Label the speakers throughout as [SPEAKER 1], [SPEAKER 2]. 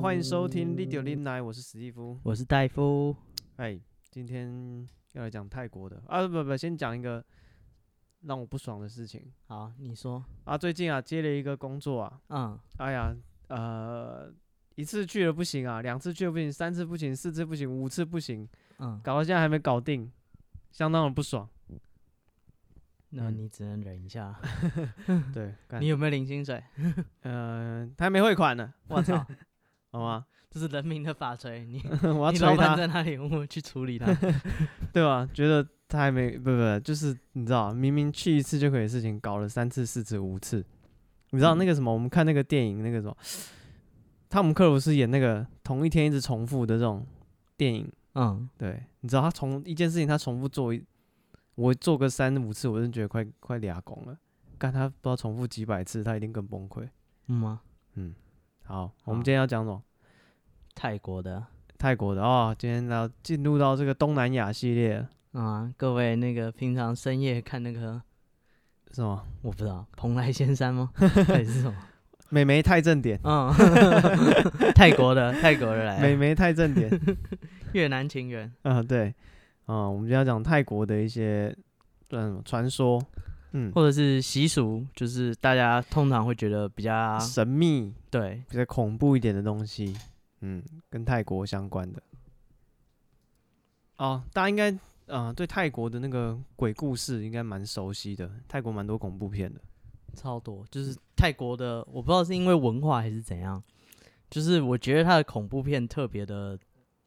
[SPEAKER 1] 欢迎收听《利丢林来》，我是史蒂夫。
[SPEAKER 2] 我是戴夫。
[SPEAKER 1] 哎，今天要来讲泰国的啊，不不，先讲一个让我不爽的事情
[SPEAKER 2] 好，你说，
[SPEAKER 1] 啊。最近啊，接了一个工作啊，
[SPEAKER 2] 嗯，
[SPEAKER 1] 哎呀，呃，一次去了不行啊，两次去了不行，三次不行，四次不行，五次不行，
[SPEAKER 2] 嗯，
[SPEAKER 1] 搞到现在还没搞定，相当的不爽。
[SPEAKER 2] 那
[SPEAKER 1] 嗯
[SPEAKER 2] 你只能忍一下。
[SPEAKER 1] 对，干
[SPEAKER 2] 你有没有领薪 水？
[SPEAKER 1] 呃，他还没汇款呢，
[SPEAKER 2] 我操，
[SPEAKER 1] 好吗？
[SPEAKER 2] 这是人民的 法锤，你
[SPEAKER 1] 我要
[SPEAKER 2] 你
[SPEAKER 1] 催
[SPEAKER 2] 老板
[SPEAKER 1] 他，
[SPEAKER 2] 在那里，我去处理他。
[SPEAKER 1] 对吧？觉得他还没不不，就是你知道，明明去一次就可以的事情，搞了三次、四次、五次。你知道那个什么，我们看那个电影，那个什么，汤姆克鲁斯演那个同一天一直重复的这种电影，
[SPEAKER 2] 嗯，
[SPEAKER 1] 对，你知道他重一件事情，他重复做一，我做个三五次，我就觉得快快俩拱了。干他不知道重复几百次，他一定更崩溃。
[SPEAKER 2] 嗯吗？
[SPEAKER 1] 好，我们
[SPEAKER 2] 好
[SPEAKER 1] 今天要讲什么？
[SPEAKER 2] 泰国的，
[SPEAKER 1] 泰国的哦，今天要进入到这个东南亚系列了，
[SPEAKER 2] 嗯啊，各位那个平常深夜看那个，
[SPEAKER 1] 是吗？
[SPEAKER 2] 我不知道蓬莱仙山 吗？还是什么？
[SPEAKER 1] 美眉太正点，
[SPEAKER 2] 嗯， 泰国的，泰国的来
[SPEAKER 1] 美
[SPEAKER 2] 了，
[SPEAKER 1] 眉太正点，
[SPEAKER 2] 越南情缘。
[SPEAKER 1] 啊、对，啊、我们今天要讲泰国的一些嗯传说，嗯，
[SPEAKER 2] 或者是习俗，就是大家通常会觉得比较
[SPEAKER 1] 神秘、
[SPEAKER 2] 对，
[SPEAKER 1] 比较恐怖一点的东西，嗯，跟泰国相关的。哦，大家应该啊、呃对泰国的那个鬼故事应该蛮熟悉的，泰国蛮多恐怖片的。
[SPEAKER 2] 超多，就是泰国的，我不知道是因为文化还是怎样，就是我觉得它的恐怖片特别的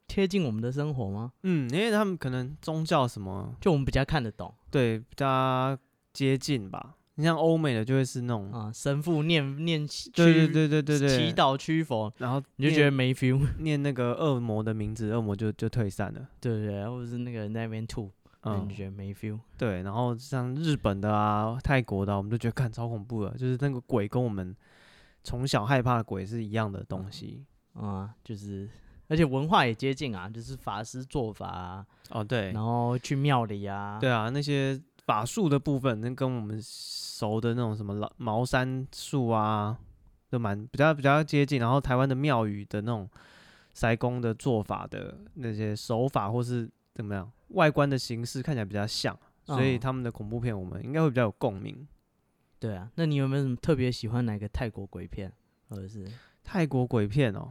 [SPEAKER 2] 贴近我们的生活吗？
[SPEAKER 1] 嗯，因为他们可能宗教什么
[SPEAKER 2] 就我们比较看得懂
[SPEAKER 1] 对比较接近吧。你像欧美的就会是那种，
[SPEAKER 2] 啊、神父念念祈
[SPEAKER 1] 对嗯哦对
[SPEAKER 2] 驱
[SPEAKER 1] 对对对对，
[SPEAKER 2] 祈祷驱佛，
[SPEAKER 1] 然后
[SPEAKER 2] 你就
[SPEAKER 1] 念
[SPEAKER 2] 觉得没 feel，
[SPEAKER 1] 念那个恶魔的名字，恶魔就就退散了。
[SPEAKER 2] 对对对，或者是那个人在那边吐，
[SPEAKER 1] 嗯
[SPEAKER 2] 你就，觉得没 feel，
[SPEAKER 1] 对，然后像日本的啊、泰国的、啊，我们都觉得看超恐怖的，就是那个鬼跟我们从小害怕的鬼是一样的东西。
[SPEAKER 2] 啊、就是。而且文化也接近啊，就是法师做法、啊，
[SPEAKER 1] 哦，对
[SPEAKER 2] 然后去庙里啊，
[SPEAKER 1] 对啊，那些法术的部分，那跟我们熟的那种什么老茅山术啊，都蛮比较比较接近。然后台湾的庙宇的那种塞工的做法的那些手法，或是怎么样，外观的形式看起来比较像，所以
[SPEAKER 2] 嗯
[SPEAKER 1] 他们的恐怖片我们应该会比较有共鸣。
[SPEAKER 2] 对啊。那你有没有什么特别喜欢哪个泰国鬼片，或者是
[SPEAKER 1] 泰国鬼片哦，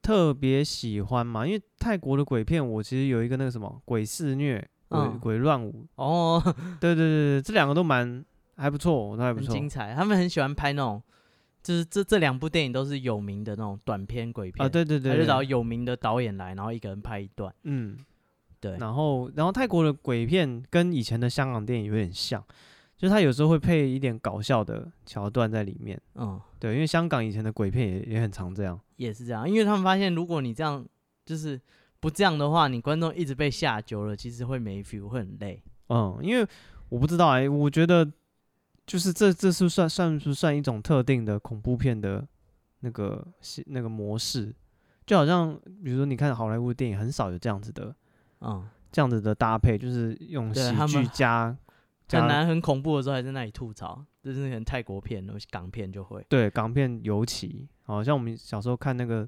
[SPEAKER 1] 特别喜欢嘛，因为泰国的鬼片，我其实有一个那个什么鬼肆虐、鬼、
[SPEAKER 2] 嗯
[SPEAKER 1] 鬼乱舞，
[SPEAKER 2] 哦，
[SPEAKER 1] 对对对对，这两个都蛮还不错，都还不
[SPEAKER 2] 很
[SPEAKER 1] 错。
[SPEAKER 2] 精彩。他们很喜欢拍那种，就是这这两部电影都是有名的那种短片鬼片
[SPEAKER 1] 啊，，对对
[SPEAKER 2] 他
[SPEAKER 1] 对
[SPEAKER 2] 就
[SPEAKER 1] 对，
[SPEAKER 2] 找有名的导演来，然后一个人拍一段。
[SPEAKER 1] 嗯，
[SPEAKER 2] 对，
[SPEAKER 1] 然后然后泰国的鬼片跟以前的香港电影有点像，就是它有时候会配一点搞笑的桥段在里面。
[SPEAKER 2] 嗯，
[SPEAKER 1] 对，因为香港以前的鬼片也也很常这样。
[SPEAKER 2] 也是这样，因为他们发现，如果你这样就是不这样的话，你观众一直被吓久了，其实会没 feel，会很累。
[SPEAKER 1] 嗯，因为我不知道哎、我觉得就是这这是算算不算一种特定的恐怖片的那个系那个模式？就好像比如说你看好莱坞的电影，很少有这样子的
[SPEAKER 2] 嗯，
[SPEAKER 1] 这样子的搭配，就是用
[SPEAKER 2] 对
[SPEAKER 1] 喜
[SPEAKER 2] 他们
[SPEAKER 1] 剧加加
[SPEAKER 2] 很难很恐怖的时候还在那里吐槽，就是可能泰国片、港片就会。
[SPEAKER 1] 对港片尤其，好像我们小时候看那个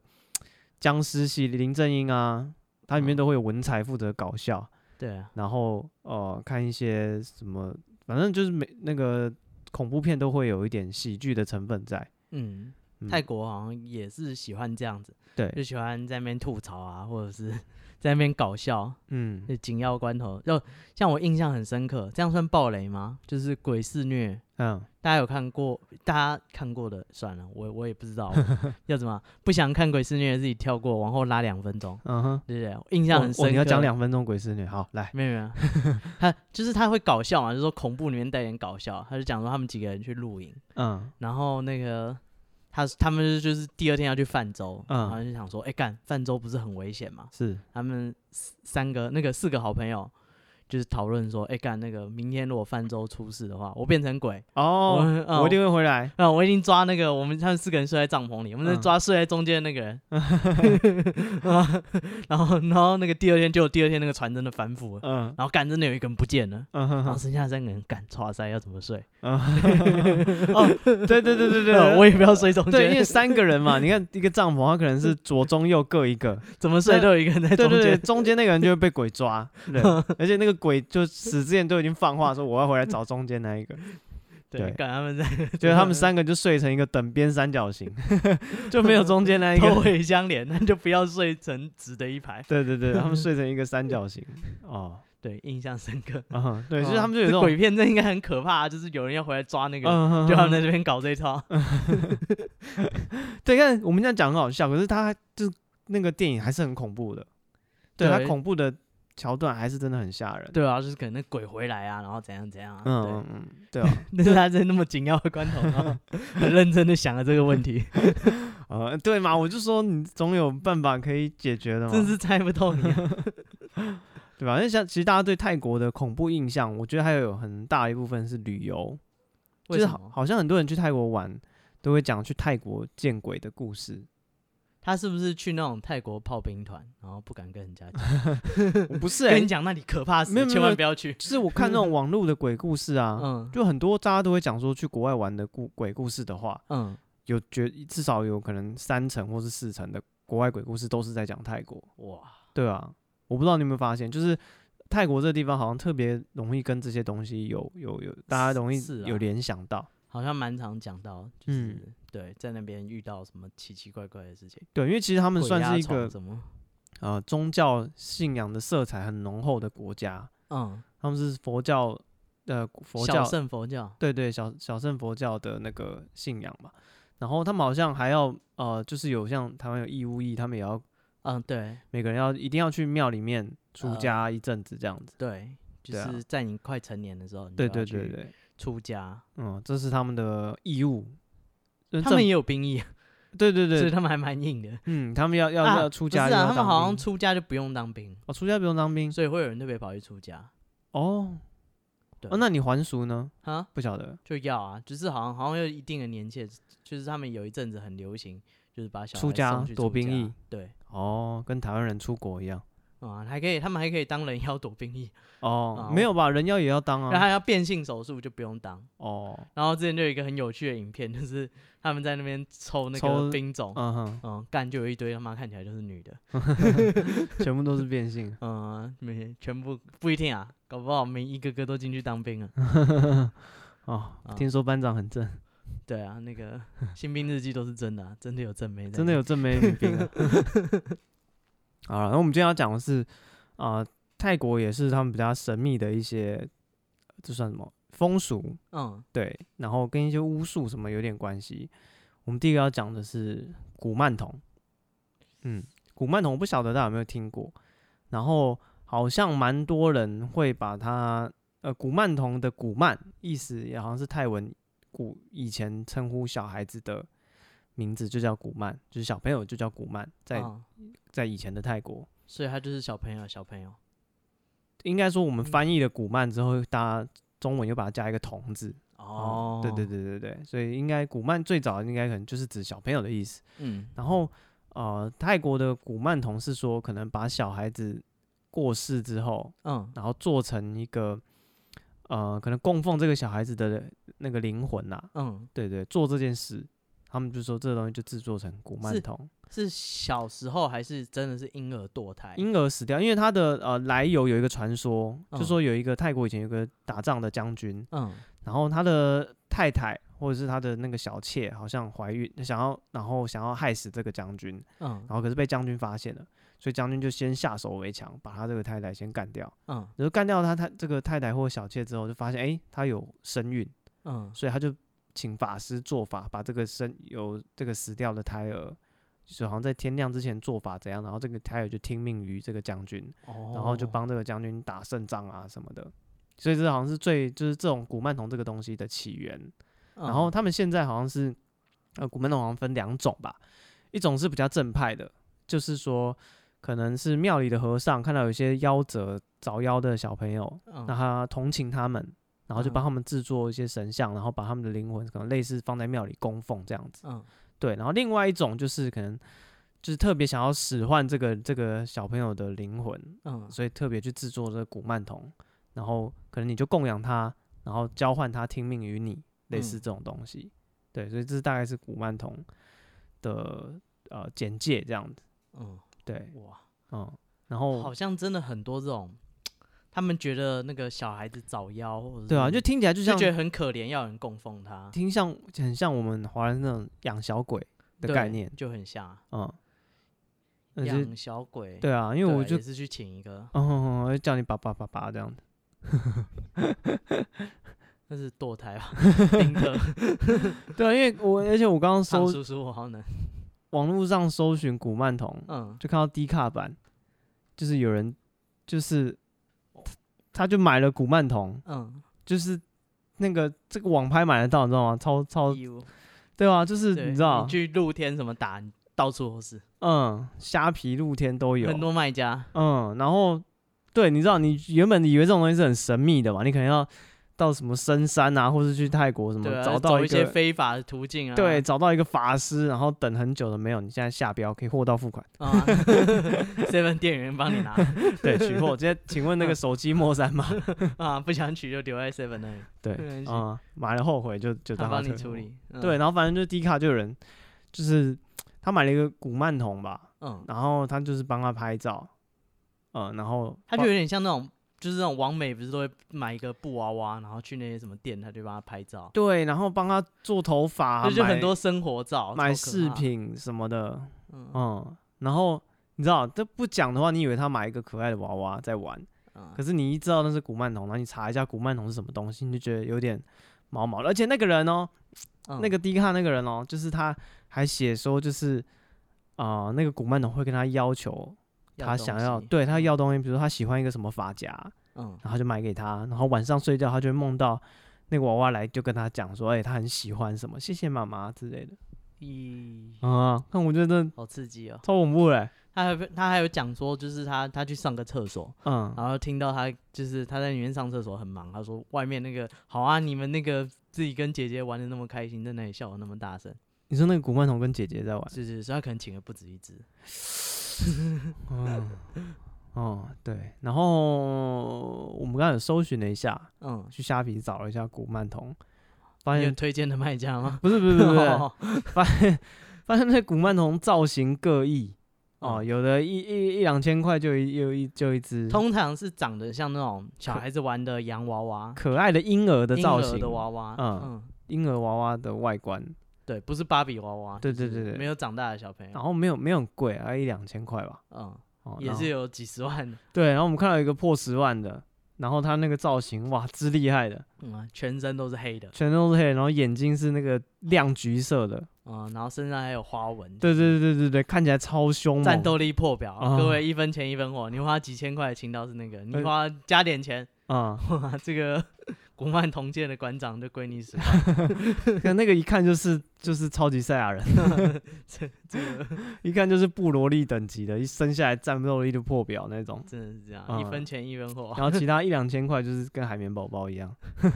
[SPEAKER 1] 僵尸系林正英啊，它里面
[SPEAKER 2] 嗯
[SPEAKER 1] 都会有文才负责搞笑，
[SPEAKER 2] 对啊，
[SPEAKER 1] 然后呃看一些什么，反正就是每那个恐怖片都会有一点喜剧的成分在。
[SPEAKER 2] 嗯，
[SPEAKER 1] 嗯
[SPEAKER 2] 泰国好像也是喜欢这样子，就
[SPEAKER 1] 对，
[SPEAKER 2] 喜欢在那边吐槽啊，或者是 在那边搞笑。
[SPEAKER 1] 嗯，
[SPEAKER 2] 就紧要关头，就像我印象很深刻，这样算暴雷吗？就是鬼肆虐，
[SPEAKER 1] 嗯，
[SPEAKER 2] 大家有看过？大家看过的算了，我我也不知道 要怎么不想看鬼肆虐的自己跳过，往后拉两分钟，
[SPEAKER 1] 嗯哼，
[SPEAKER 2] 对不对？我印象
[SPEAKER 1] 哇
[SPEAKER 2] 很深
[SPEAKER 1] 哇
[SPEAKER 2] 刻。
[SPEAKER 1] 你要讲？两分钟鬼侍女，好来，
[SPEAKER 2] 没有 没有，他就是他会搞笑嘛，就说恐怖里面带点搞笑，他就讲说他们几个人去露营，
[SPEAKER 1] 嗯
[SPEAKER 2] 然后那个。他他们就是第二天要去泛舟，
[SPEAKER 1] 嗯
[SPEAKER 2] 然后就想说，哎、干泛舟不是很危险吗？
[SPEAKER 1] 是，
[SPEAKER 2] 他们四三个那个四个好朋友就是讨论说，哎、干那个明天如果泛舟出事的话，我变成鬼，
[SPEAKER 1] 哦，
[SPEAKER 2] 我
[SPEAKER 1] 我一定会回来。
[SPEAKER 2] 啊，我已经抓那个我们他们四个人睡在帐篷里，我们是
[SPEAKER 1] 嗯
[SPEAKER 2] 抓睡在中间的那个人，啊然后然后那个第二天就有第二天那个船真的反腐了，
[SPEAKER 1] 嗯
[SPEAKER 2] 然后干真的有一个人不见了，
[SPEAKER 1] 嗯哼
[SPEAKER 2] 然后
[SPEAKER 1] 哼
[SPEAKER 2] 剩下三个人干，哇塞要怎么睡？
[SPEAKER 1] 嗯， 哦，对对对对
[SPEAKER 2] 对，
[SPEAKER 1] 对，
[SPEAKER 2] 嗯我也不要睡中
[SPEAKER 1] 对，因为
[SPEAKER 2] 间，
[SPEAKER 1] 三个人嘛，你看一个帐篷，他可能是左中右各一个，
[SPEAKER 2] 怎么睡都有一个人在
[SPEAKER 1] 对
[SPEAKER 2] 中
[SPEAKER 1] 对对，
[SPEAKER 2] 间，
[SPEAKER 1] 中间那个人就会被鬼抓， 对，而且那个鬼就死之前都已经放话说我要回来找中间那一个，对
[SPEAKER 2] 对，干他们在
[SPEAKER 1] 就是他们三个就睡成一个等边三角 形，就没有中间那一
[SPEAKER 2] 头
[SPEAKER 1] 个，
[SPEAKER 2] 尾相连，那就不要睡成直的一排。
[SPEAKER 1] 对对对， 他们睡成一个三角形，哦，
[SPEAKER 2] 对，印象深刻。
[SPEAKER 1] 嗯，对，
[SPEAKER 2] 哦
[SPEAKER 1] 就是他们就有这
[SPEAKER 2] 这
[SPEAKER 1] 种，
[SPEAKER 2] 鬼片，这应该很可怕啊，就是有人要回来抓那个人，
[SPEAKER 1] 嗯，
[SPEAKER 2] 就他
[SPEAKER 1] 嗯
[SPEAKER 2] 们在这边搞这一套。
[SPEAKER 1] 对，看我们这样讲很好笑，可是他就是那个电影还是很恐怖的，对他
[SPEAKER 2] 对
[SPEAKER 1] 恐怖的桥段还是真的很吓人。
[SPEAKER 2] 对啊，就是可能那鬼回来啊，然后怎样怎样啊。
[SPEAKER 1] 嗯，嗯嗯，对啊，
[SPEAKER 2] 对，但是他 在那么紧要的关头，然 后很认真的想了这个问题，
[SPEAKER 1] 呃，对嘛，我就说你总有办法可以解决的
[SPEAKER 2] 真
[SPEAKER 1] 嘛，
[SPEAKER 2] 是猜不透你 啊。
[SPEAKER 1] 对吧？那像其实大家对泰国的恐怖印象，我觉得还有很大一部分是旅游，就
[SPEAKER 2] 为
[SPEAKER 1] 是
[SPEAKER 2] 什
[SPEAKER 1] 好
[SPEAKER 2] 么？
[SPEAKER 1] 好像很多人去泰国玩都会讲去泰国见鬼的故事，
[SPEAKER 2] 他是不是去那种泰国炮兵团，然后不敢跟人家讲？
[SPEAKER 1] 我不是、
[SPEAKER 2] 跟
[SPEAKER 1] 欸
[SPEAKER 2] 你，讲那里可怕死
[SPEAKER 1] 没有，没有
[SPEAKER 2] 千万不要去。
[SPEAKER 1] 就是我看那种网络的鬼故事啊，
[SPEAKER 2] 嗯
[SPEAKER 1] 就很多大家都会讲说去国外玩的故鬼故事的话，
[SPEAKER 2] 嗯，
[SPEAKER 1] 有觉至少有可能三成或是四成的国外鬼故事都是在讲泰国。
[SPEAKER 2] 哇，
[SPEAKER 1] 对啊，我不知道你有没有发现，就是泰国这个地方好像特别容易跟这些东西有有有，大家容易
[SPEAKER 2] 是啊
[SPEAKER 1] 有联想到。
[SPEAKER 2] 好像蛮常讲到，就是、
[SPEAKER 1] 嗯
[SPEAKER 2] 对，在那边遇到什么奇奇怪怪的事情，
[SPEAKER 1] 对，因为其实他们
[SPEAKER 2] 鬼
[SPEAKER 1] 算
[SPEAKER 2] 压
[SPEAKER 1] 是一
[SPEAKER 2] 床
[SPEAKER 1] 个
[SPEAKER 2] 什么？
[SPEAKER 1] 呃宗教信仰的色彩很浓厚的国家，
[SPEAKER 2] 嗯，
[SPEAKER 1] 他们是佛教呃佛
[SPEAKER 2] 小
[SPEAKER 1] 教
[SPEAKER 2] 圣佛教，
[SPEAKER 1] 对对，小小圣佛教的那个信仰嘛。然后他们好像还要呃，就是有像台湾有义乌义，他们也要
[SPEAKER 2] 嗯，对
[SPEAKER 1] 每个人要一定要去庙里面出
[SPEAKER 2] 呃
[SPEAKER 1] 家一阵子这样子。
[SPEAKER 2] 对，就
[SPEAKER 1] 对啊
[SPEAKER 2] 是在你快成年的时候，你
[SPEAKER 1] 对
[SPEAKER 2] 就
[SPEAKER 1] 对
[SPEAKER 2] 要
[SPEAKER 1] 对
[SPEAKER 2] 啊去
[SPEAKER 1] 对，
[SPEAKER 2] 出家，
[SPEAKER 1] 嗯，这是他们的义务。呃
[SPEAKER 2] 他
[SPEAKER 1] 政
[SPEAKER 2] 们也有兵役啊，
[SPEAKER 1] 对对
[SPEAKER 2] 所以
[SPEAKER 1] 对，
[SPEAKER 2] 他们还蛮硬的。
[SPEAKER 1] 嗯，他们要要、
[SPEAKER 2] 啊
[SPEAKER 1] 要出家
[SPEAKER 2] 不
[SPEAKER 1] 就是要
[SPEAKER 2] 啊，
[SPEAKER 1] 当
[SPEAKER 2] 他
[SPEAKER 1] 兵，
[SPEAKER 2] 们好像出家就不用当兵，
[SPEAKER 1] 哦，出家不用当兵
[SPEAKER 2] 所以会有人特别跑去出家
[SPEAKER 1] 哦。
[SPEAKER 2] 对
[SPEAKER 1] 哦，那你还俗呢？
[SPEAKER 2] 啊，
[SPEAKER 1] 不晓得，
[SPEAKER 2] 就要啊，就是好像好像有一定的年纪，就是他们有一阵子很流行，就是把小孩
[SPEAKER 1] 出家
[SPEAKER 2] 送去
[SPEAKER 1] 躲兵
[SPEAKER 2] 出家
[SPEAKER 1] 役，
[SPEAKER 2] 对。
[SPEAKER 1] 哦，跟台湾人出国一样
[SPEAKER 2] 啊、还可以，他们还可以当人妖躲兵役，
[SPEAKER 1] 哦
[SPEAKER 2] 啊，
[SPEAKER 1] 没
[SPEAKER 2] 我
[SPEAKER 1] 有吧？人妖也要当
[SPEAKER 2] 然后
[SPEAKER 1] 啊，
[SPEAKER 2] 还要变性手术就不用当。
[SPEAKER 1] 哦，
[SPEAKER 2] 然后之前就有一个很有趣的影片，就是他们在那边抽那
[SPEAKER 1] 抽
[SPEAKER 2] 个兵种，
[SPEAKER 1] 嗯哼，
[SPEAKER 2] 嗯，干就有一堆他妈看起来就是女的，
[SPEAKER 1] 全部都是变性。
[SPEAKER 2] 嗯，没全部不一定啊，搞不好每一个个都进去当兵啊了。
[SPEAKER 1] 哦
[SPEAKER 2] 啊，
[SPEAKER 1] 听说班长很正，
[SPEAKER 2] 对啊，那 个新兵日记都是真的、啊，真的有正妹在里面，
[SPEAKER 1] 真的有正妹女兵啊。好了，那我们今天要讲的是啊、泰国也是他们比较神秘的一些，这算什么风俗？
[SPEAKER 2] 嗯，
[SPEAKER 1] 对，然后跟一些巫术什么有点关系。我们第一个要讲的是古曼童，嗯，古曼童我不晓得大家有没有听过，然后好像蛮多人会把它，呃，古曼童的古曼意思也好像是泰文古以前称呼小孩子的名字就叫古曼，就是小朋友就叫古曼，在、
[SPEAKER 2] 嗯
[SPEAKER 1] 在以前的泰国，
[SPEAKER 2] 所以他就是小朋友，小朋友，
[SPEAKER 1] 应该说我们翻译了古曼之后，大家中文又把它加一个童字，
[SPEAKER 2] 哦，
[SPEAKER 1] 嗯对对，对对对，所以应该古曼最早应该可能就是指小朋友的意思。
[SPEAKER 2] 嗯，
[SPEAKER 1] 然后呃，泰国的古曼童是说，可能把小孩子过世之后，
[SPEAKER 2] 嗯，
[SPEAKER 1] 然后做成一个呃，可能供奉这个小孩子的那个灵魂呐、
[SPEAKER 2] 嗯，
[SPEAKER 1] 对对，做这件事，他们就说这个东西就制作成古曼
[SPEAKER 2] 是
[SPEAKER 1] 童。
[SPEAKER 2] 是小时候还是真的是婴儿堕胎？
[SPEAKER 1] 婴儿死掉，因为他的呃来由有一个传说，就
[SPEAKER 2] 嗯
[SPEAKER 1] 说有一个泰国以前有个打仗的将军，
[SPEAKER 2] 嗯，
[SPEAKER 1] 然后他的太太或者是他的那个小妾好像怀孕，想要然后想要害死这个将军，
[SPEAKER 2] 嗯
[SPEAKER 1] 然后可是被将军发现了，所以将军就先下手为强，把他这个太太先干掉。
[SPEAKER 2] 嗯
[SPEAKER 1] 然后干掉他太这个太太或小妾之后，就发现诶，他有身孕，
[SPEAKER 2] 嗯，
[SPEAKER 1] 所以他就请法师做法，把这个身有这个死掉的胎儿。就是好像在天亮之前做法怎样，然后这个胎儿就听命于这个将军，
[SPEAKER 2] 哦，
[SPEAKER 1] 然后就帮这个将军打胜仗啊什么的，所以这好像是最就是这种古曼童这个东西的起源。
[SPEAKER 2] 嗯，
[SPEAKER 1] 然后他们现在好像是，呃，古曼童好像分两种吧，一种是比较正派的，就是说可能是庙里的和尚看到有一些夭折早夭的小朋友，
[SPEAKER 2] 嗯
[SPEAKER 1] 那他同情他们，然后就
[SPEAKER 2] 嗯
[SPEAKER 1] 帮他们制作一些神像，然后把他们的灵魂可能类似放在庙里供奉这样子。
[SPEAKER 2] 嗯
[SPEAKER 1] 对，然后另外一种就是可能就是特别想要使唤这个这个小朋友的灵魂，
[SPEAKER 2] 嗯
[SPEAKER 1] 所以特别去制作这个古曼童，然后可能你就供养他，然后交换他听命于你，类似
[SPEAKER 2] 嗯
[SPEAKER 1] 这种东西。对，所以这大概是古曼童的呃简介这样子。
[SPEAKER 2] 嗯，
[SPEAKER 1] 对，
[SPEAKER 2] 哇，
[SPEAKER 1] 嗯，然后
[SPEAKER 2] 好像真的很多这种，他们觉得那个小孩子早夭，或者是
[SPEAKER 1] 对啊，就听起来就
[SPEAKER 2] 就
[SPEAKER 1] 像
[SPEAKER 2] 觉得很可怜，要有人供奉他
[SPEAKER 1] 听像很像我们华人那种养小鬼的
[SPEAKER 2] 对
[SPEAKER 1] 概念，
[SPEAKER 2] 就很像啊
[SPEAKER 1] 嗯，那就
[SPEAKER 2] 养小鬼。
[SPEAKER 1] 对啊，因
[SPEAKER 2] 对啊，
[SPEAKER 1] 为我就
[SPEAKER 2] 也是去请一个，
[SPEAKER 1] 嗯，我就叫你爸爸爸爸这样子。
[SPEAKER 2] 那是堕胎 吧？丁特
[SPEAKER 1] 对啊，因为我而且我刚刚
[SPEAKER 2] 胖
[SPEAKER 1] 搜
[SPEAKER 2] 叔叔，我好难。
[SPEAKER 1] 网络上搜寻古曼童，
[SPEAKER 2] 嗯，
[SPEAKER 1] 就看到低卡版，就是有人就是他就买了古曼童，
[SPEAKER 2] 嗯，
[SPEAKER 1] 就是那个这个网拍买得到，你知道吗？超超
[SPEAKER 2] 义乌
[SPEAKER 1] 对啊，就是
[SPEAKER 2] 对
[SPEAKER 1] 哦你知道，
[SPEAKER 2] 去露天什么打，你到处都是，
[SPEAKER 1] 嗯，虾皮露天都有，
[SPEAKER 2] 很多卖家。
[SPEAKER 1] 嗯，然后对，你知道你原本以为这种东西是很神秘的嘛，你可能要到什么深山啊，或是去泰国什么
[SPEAKER 2] 对啊，
[SPEAKER 1] 找
[SPEAKER 2] 走
[SPEAKER 1] 到
[SPEAKER 2] 一
[SPEAKER 1] 一
[SPEAKER 2] 些
[SPEAKER 1] 个。
[SPEAKER 2] 非法的途径啊。
[SPEAKER 1] 对，找到一个法师，然后等很久的没有，你现在下标可以货到付款。
[SPEAKER 2] 啊 ，seven 店员帮你拿
[SPEAKER 1] 对，取货。直接请问那 个手机莫三吗？
[SPEAKER 2] 啊，不想取就留在 seven 那里，
[SPEAKER 1] 对
[SPEAKER 2] 没关，系
[SPEAKER 1] 嗯，买了后悔就就
[SPEAKER 2] 他
[SPEAKER 1] 当
[SPEAKER 2] 帮
[SPEAKER 1] 退
[SPEAKER 2] 你
[SPEAKER 1] 货
[SPEAKER 2] 处。理。嗯
[SPEAKER 1] 对，，然后反正就低卡就有人，就是他买了一个古曼童吧，
[SPEAKER 2] 嗯，
[SPEAKER 1] 然后他就是帮他拍照，嗯，然后
[SPEAKER 2] 他就有点像那种，就是那种王美不是都会买一个布娃娃，然后去那些什么店，他就帮他拍照，
[SPEAKER 1] 对，然后帮他做头发，啊
[SPEAKER 2] 就就很
[SPEAKER 1] 买
[SPEAKER 2] 多生活照，
[SPEAKER 1] 买
[SPEAKER 2] 超可
[SPEAKER 1] 饰
[SPEAKER 2] 怕，
[SPEAKER 1] 品什么的，
[SPEAKER 2] 嗯
[SPEAKER 1] 嗯，然后你知道这不讲的话，你以为他买一个可爱的娃娃在玩，
[SPEAKER 2] 嗯
[SPEAKER 1] 可是你一知道那是古曼童，然后你查一下古曼童是什么东西，你就觉得有点毛毛的，而且那个人哦，
[SPEAKER 2] 嗯
[SPEAKER 1] 那个低卡那个人哦，就是他还写说，就是啊、呃那个古曼童会跟他要求他想要，
[SPEAKER 2] 东西
[SPEAKER 1] 对他要东西，比如说他喜欢一个什么发夹，
[SPEAKER 2] 嗯
[SPEAKER 1] 然后就买给他，然后晚上睡觉他就会梦到那个娃娃来，就跟他讲说，哎、他很喜欢什么，谢谢妈妈之类的
[SPEAKER 2] 咦，
[SPEAKER 1] 啊。那我觉得
[SPEAKER 2] 好刺激哦！
[SPEAKER 1] 超恐怖嘞、
[SPEAKER 2] 他还他还有讲说，就是他他去上个厕所，
[SPEAKER 1] 嗯，
[SPEAKER 2] 然后听到他就是他在里面上厕所很忙，他说外面那个好啊，你们那个自己跟姐姐玩的那么开心，在那里笑的那么大声，
[SPEAKER 1] 你说那个古曼童跟姐姐在玩，
[SPEAKER 2] 是是是，他可能请了不止一只，
[SPEAKER 1] 嗯，哦对，然后我们刚刚有搜寻了一下，
[SPEAKER 2] 嗯，
[SPEAKER 1] 去虾皮找了一下古曼童，发
[SPEAKER 2] 你有
[SPEAKER 1] 现
[SPEAKER 2] 推荐的卖家 吗？
[SPEAKER 1] 不是不是不是不是。
[SPEAKER 2] 哦
[SPEAKER 1] 发现发现那古曼童造型各异哦，有的一一一两千块就一又一就一只
[SPEAKER 2] 嗯通常是长得像那种小孩子玩的洋娃娃、
[SPEAKER 1] 可爱的婴儿的
[SPEAKER 2] 婴
[SPEAKER 1] 造
[SPEAKER 2] 儿
[SPEAKER 1] 型，
[SPEAKER 2] 的嗯娃娃，
[SPEAKER 1] 嗯
[SPEAKER 2] 嗯
[SPEAKER 1] 婴儿娃娃的外观，
[SPEAKER 2] 对，不是芭比娃娃，
[SPEAKER 1] 对
[SPEAKER 2] 就是
[SPEAKER 1] 对对对
[SPEAKER 2] 没有长大的小朋
[SPEAKER 1] 然
[SPEAKER 2] 友，
[SPEAKER 1] 后没有没有很贵，啊一两千块吧，
[SPEAKER 2] 嗯，
[SPEAKER 1] 哦，
[SPEAKER 2] 也
[SPEAKER 1] 然后
[SPEAKER 2] 是有几十万的，
[SPEAKER 1] 对，然后我们看到一个破十万的，然后他那个造型哇，之厉害的，
[SPEAKER 2] 嗯啊，全身都是黑的，
[SPEAKER 1] 全都是黑，然后眼睛是那个亮橘色的，
[SPEAKER 2] 嗯，然后身上还有花纹，
[SPEAKER 1] 对对对对对，看起来超凶猛，
[SPEAKER 2] 战斗力破表，
[SPEAKER 1] 啊
[SPEAKER 2] 各位一分钱一分货，你花几千块请到是那个，你花加点钱，
[SPEAKER 1] 啊，
[SPEAKER 2] 哇，这个 古曼同界的馆长就归你使唤，
[SPEAKER 1] 可那个一看就是就是超级赛亚 人。
[SPEAKER 2] 这这个。
[SPEAKER 1] 一看就是布罗利等级的，一生下来战斗力就破表那种
[SPEAKER 2] 真的是这样，
[SPEAKER 1] 嗯
[SPEAKER 2] 一分钱一分 货，
[SPEAKER 1] 然后其他一两千块就是跟海绵宝宝一 样。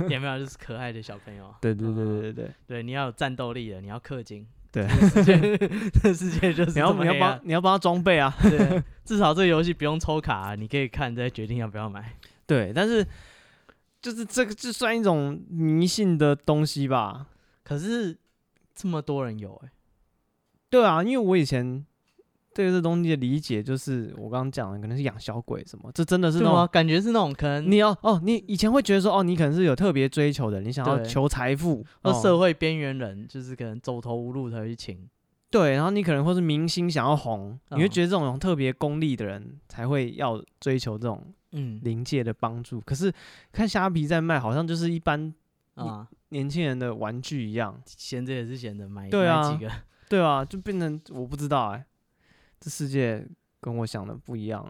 [SPEAKER 2] 有没有就是可爱的小朋友？
[SPEAKER 1] 对对对对
[SPEAKER 2] 嗯
[SPEAKER 1] 对对，
[SPEAKER 2] 对，你要有战斗力的，你要氪金。
[SPEAKER 1] 对
[SPEAKER 2] 这个世界， 这世界就是
[SPEAKER 1] 你要
[SPEAKER 2] 这么
[SPEAKER 1] 你要
[SPEAKER 2] 黑
[SPEAKER 1] 帮
[SPEAKER 2] 暗
[SPEAKER 1] 你要帮他装 备啊。
[SPEAKER 2] 对，至少这个游戏不用抽卡、啊你可以看再决定要不要买。
[SPEAKER 1] 对，但是就是这个就算一种迷信的东西吧。
[SPEAKER 2] 可是这么多人有哎、
[SPEAKER 1] 对啊，因为我以前对这东西的理解就是我刚刚讲的，可能是养小鬼什么，这真的是
[SPEAKER 2] 是
[SPEAKER 1] 那种
[SPEAKER 2] 吗？感觉是那种可能
[SPEAKER 1] 你要哦，你以前会觉得说哦，你可能是有特别追求的，你想要
[SPEAKER 2] 对
[SPEAKER 1] 求财富，
[SPEAKER 2] 和
[SPEAKER 1] 哦
[SPEAKER 2] 社会边缘人，就是可能走投无路才会去请。
[SPEAKER 1] 对，然后你可能或是明星想要红，你会
[SPEAKER 2] 嗯
[SPEAKER 1] 觉得这种特别功利的人才会要追求这种
[SPEAKER 2] 嗯
[SPEAKER 1] 灵界的帮助。可是看虾皮在卖，好像就是一般
[SPEAKER 2] 啊，
[SPEAKER 1] 年轻人的玩具一样，
[SPEAKER 2] 闲着也是闲着，买
[SPEAKER 1] 对啊
[SPEAKER 2] 买几个。
[SPEAKER 1] 对啊，就变成我不知道哎、这世界跟我想的不一样，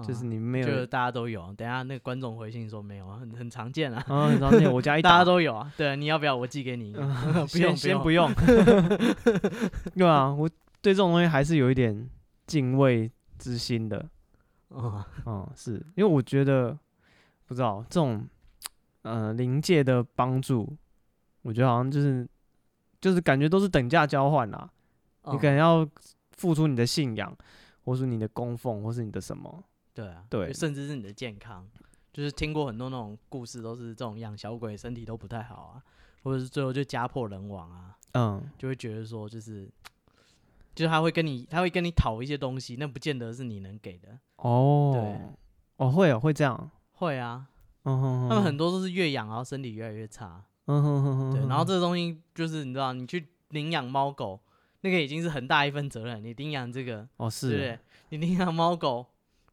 [SPEAKER 1] 就是
[SPEAKER 2] 啊
[SPEAKER 1] 你没有
[SPEAKER 2] 就是大家都有。等一下那个观众回信说没有啊，很很常见啊，
[SPEAKER 1] 啊，很常见，我家一
[SPEAKER 2] 大
[SPEAKER 1] 打嗯
[SPEAKER 2] 家都有啊。对啊，你要不要我寄给你一个？ 不
[SPEAKER 1] 先
[SPEAKER 2] 用
[SPEAKER 1] 先不
[SPEAKER 2] 用。
[SPEAKER 1] 用，对啊，我对这种东西还是有一点敬畏之心的。
[SPEAKER 2] 嗯，
[SPEAKER 1] 嗯，是因为我觉得不知道这种呃临界的帮助，我觉得好像就是就是感觉都是等价交换啦。你
[SPEAKER 2] 嗯
[SPEAKER 1] 可能要付出你的信仰，或是你的供奉，或是你的什么。
[SPEAKER 2] 对啊，
[SPEAKER 1] 对
[SPEAKER 2] 甚至是你的健康，就是听过很多那种故事，都是这种养小鬼身体都不太好啊，或者是最后就家破人亡啊，
[SPEAKER 1] 嗯，
[SPEAKER 2] 就会觉得说就是。就是他会跟你，他会跟你讨一些东西，那不见得是你能给的。
[SPEAKER 1] 哦，哦会哦会这样。
[SPEAKER 2] 会啊，
[SPEAKER 1] 嗯哼哼，
[SPEAKER 2] 他们很多都是越养，然后身体越来越差。
[SPEAKER 1] 嗯哼哼哼，
[SPEAKER 2] 对，然后
[SPEAKER 1] 哼
[SPEAKER 2] 这个东西就是你知道，你去领养猫狗，那个已经是很大一份责任。你领养这个，
[SPEAKER 1] 哦
[SPEAKER 2] 对不
[SPEAKER 1] 是
[SPEAKER 2] 对？你领养猫狗，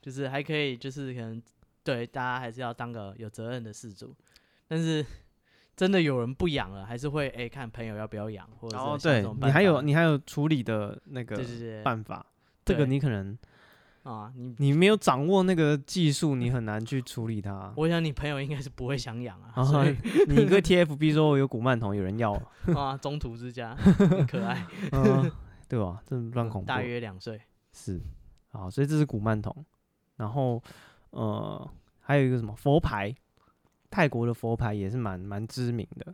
[SPEAKER 2] 就是还可以，就是可能对大家还是要当个有责任的事主。但是真的有人不养了，还是会哎看朋友要不要养，或者是
[SPEAKER 1] 哦
[SPEAKER 2] 想
[SPEAKER 1] 对
[SPEAKER 2] 什么
[SPEAKER 1] 你
[SPEAKER 2] 办
[SPEAKER 1] 还有
[SPEAKER 2] 法
[SPEAKER 1] 你还有处理的那个
[SPEAKER 2] 对对对
[SPEAKER 1] 办法，这个
[SPEAKER 2] 对
[SPEAKER 1] 你可能
[SPEAKER 2] 啊，你
[SPEAKER 1] 你没有掌握那个技术，你很难去处理它。
[SPEAKER 2] 我想你朋友应该是不会想养 啊，
[SPEAKER 1] 然
[SPEAKER 2] 所
[SPEAKER 1] 后
[SPEAKER 2] 以
[SPEAKER 1] 你个 TFB 说我有古曼童，有人要，
[SPEAKER 2] 啊中途 之家很可爱，
[SPEAKER 1] 嗯，对吧？这乱恐怖
[SPEAKER 2] 大约两岁，
[SPEAKER 1] 是，好，所以这是古曼童，然后呃，还有一个什么佛牌，泰国的佛牌也是蛮蛮知名的，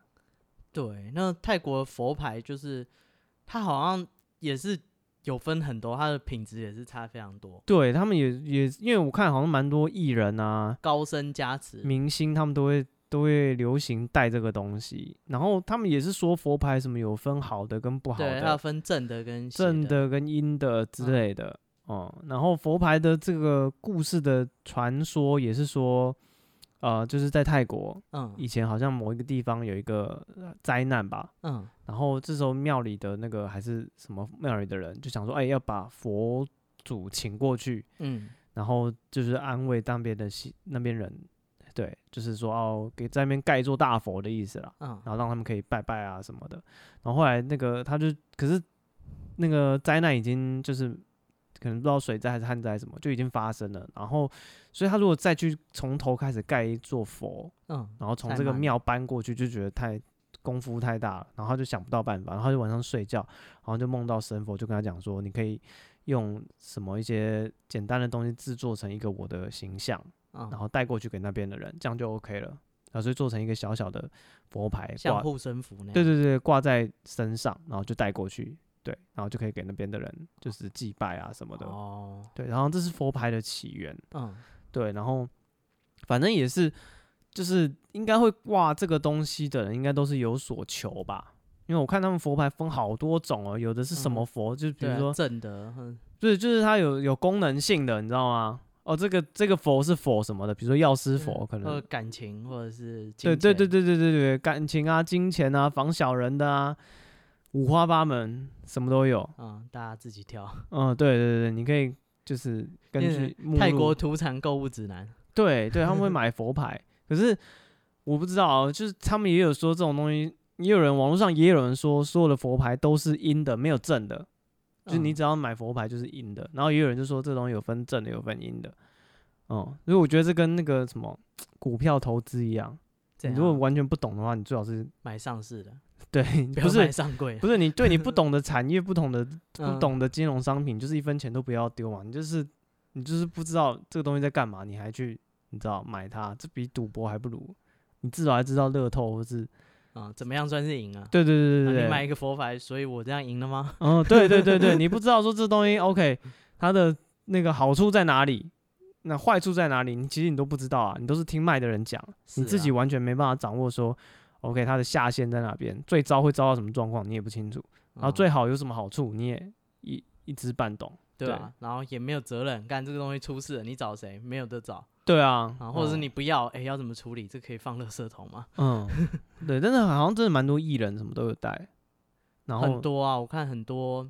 [SPEAKER 2] 对，那泰国的佛牌就是它好像也是有分很多，它的品质也是差非常多，
[SPEAKER 1] 对他们也也因为我看好像蛮多艺人啊、
[SPEAKER 2] 高深加持。
[SPEAKER 1] 明星他们都会都会流行带这个东西，然后他们也是说佛牌什么有分好的跟不好
[SPEAKER 2] 对，它要
[SPEAKER 1] 的，
[SPEAKER 2] 分正的跟邪
[SPEAKER 1] 正的跟阴的之
[SPEAKER 2] 嗯
[SPEAKER 1] 类的。哦、然后佛牌的这个故事的传说也是说，呃，就是在泰国
[SPEAKER 2] 嗯
[SPEAKER 1] 以前好像某一个地方有一个呃灾难吧，
[SPEAKER 2] 嗯
[SPEAKER 1] 然后这时候庙里的那个还是什么庙里的人就想说，哎，要把佛祖请过去，
[SPEAKER 2] 嗯，
[SPEAKER 1] 然后就是安慰当边的西那边人，对，就是说哦，给在那边盖一座大佛的意思啦，
[SPEAKER 2] 嗯
[SPEAKER 1] 然后让他们可以拜拜啊什么的。然后后来那个他就可是那个灾难已经就是可能不知道水灾还是旱灾什么就已经发生了，然后所以他如果再去从头开始盖一座佛，
[SPEAKER 2] 嗯，
[SPEAKER 1] 然后从
[SPEAKER 2] 太
[SPEAKER 1] 这个
[SPEAKER 2] 慢了
[SPEAKER 1] 庙搬过去就觉得太功夫太大了，然后他就想不到办法，然后他就晚上睡觉，然后就梦到神佛，就跟他讲说，你可以用什么一些简单的东西制作成一个我的形象，然
[SPEAKER 2] 嗯，
[SPEAKER 1] 后带过去给那边的人，这样就 OK 了。然后所以做成一个小小的佛牌
[SPEAKER 2] 像
[SPEAKER 1] 挂，
[SPEAKER 2] 护身符那样。
[SPEAKER 1] 对对对，挂在身上，然后就带过去，对，然后就可以给那边的人就是祭拜啊什么的，
[SPEAKER 2] 哦，
[SPEAKER 1] 对，然后这是佛牌的起源。
[SPEAKER 2] 嗯
[SPEAKER 1] 对，然后反正也是，就是应该会挂这个东西的人，应该都是有所求吧。因为我看他们佛牌分好多种哦，有的是什么
[SPEAKER 2] 嗯
[SPEAKER 1] 佛，就比
[SPEAKER 2] 对
[SPEAKER 1] 如
[SPEAKER 2] 啊
[SPEAKER 1] 说，
[SPEAKER 2] 正的，嗯
[SPEAKER 1] 对，就是它有有功能性的，你知道吗？哦，这个这个佛是佛什么的，比如说药师佛，可
[SPEAKER 2] 嗯或
[SPEAKER 1] 能
[SPEAKER 2] 者感情或者是
[SPEAKER 1] 对对
[SPEAKER 2] 金
[SPEAKER 1] 对
[SPEAKER 2] 钱，
[SPEAKER 1] 对对对对，感情啊、金钱啊、防小人的啊，五花八门，什么都有。
[SPEAKER 2] 嗯，大家自己挑。
[SPEAKER 1] 嗯，对对对，你可以就是根
[SPEAKER 2] 变成
[SPEAKER 1] 据目
[SPEAKER 2] 泰
[SPEAKER 1] 录
[SPEAKER 2] 国土产购物指南，
[SPEAKER 1] 对对，他们会买佛牌， 可是我不知道啊，就是他们也有说这种东西，也有人网络上也有人说，所有的佛牌都是阴的，没有正的，就是你
[SPEAKER 2] 嗯
[SPEAKER 1] 只要买佛牌就是阴的。然后也有人就说这东西有分正的，有分阴的。嗯，所以我觉得这跟那个什么股票投资一样，
[SPEAKER 2] 怎
[SPEAKER 1] 你如果
[SPEAKER 2] 样
[SPEAKER 1] 完全不懂的话，你最好是
[SPEAKER 2] 买上市的，
[SPEAKER 1] 对，
[SPEAKER 2] 不
[SPEAKER 1] 不
[SPEAKER 2] 要买
[SPEAKER 1] 是
[SPEAKER 2] 上柜
[SPEAKER 1] 不，是你对你不懂的产业、不懂的不
[SPEAKER 2] 嗯
[SPEAKER 1] 懂的金融商品，就是一分钱都不要丢嘛。你就是你就是不知道这个东西在干嘛，你还去你知道买它，这比赌博还不如。你至少还知道乐透或是
[SPEAKER 2] 啊，怎么样算是赢啊？
[SPEAKER 1] 对对对
[SPEAKER 2] 啊
[SPEAKER 1] 对对，
[SPEAKER 2] 你买一个佛牌，所以我这样赢 了吗？
[SPEAKER 1] 嗯对对对 对，你不知道说这东西 OK 它的那个好处在哪里，那坏处在哪里，你其实你都不知道啊，你都是听卖的人讲，你
[SPEAKER 2] 是
[SPEAKER 1] 自己
[SPEAKER 2] 啊
[SPEAKER 1] 完全没办法掌握说 OK 它的下限在哪边，最糟会遭到什么状况你也不清楚，然后哦
[SPEAKER 2] 嗯
[SPEAKER 1] 最好有什么好处你也一一知半懂。
[SPEAKER 2] 对
[SPEAKER 1] 对
[SPEAKER 2] 啊，然后也没有责任，干这个东西出事了，你找谁？没有得找
[SPEAKER 1] 对啊，
[SPEAKER 2] 啊，或者是
[SPEAKER 1] 嗯
[SPEAKER 2] 你不要，哎，要怎么处理？这可以放垃圾桶啊吗？
[SPEAKER 1] 嗯，对，但是好像真的蛮多艺人什么都有带，然后
[SPEAKER 2] 很多啊，我看很多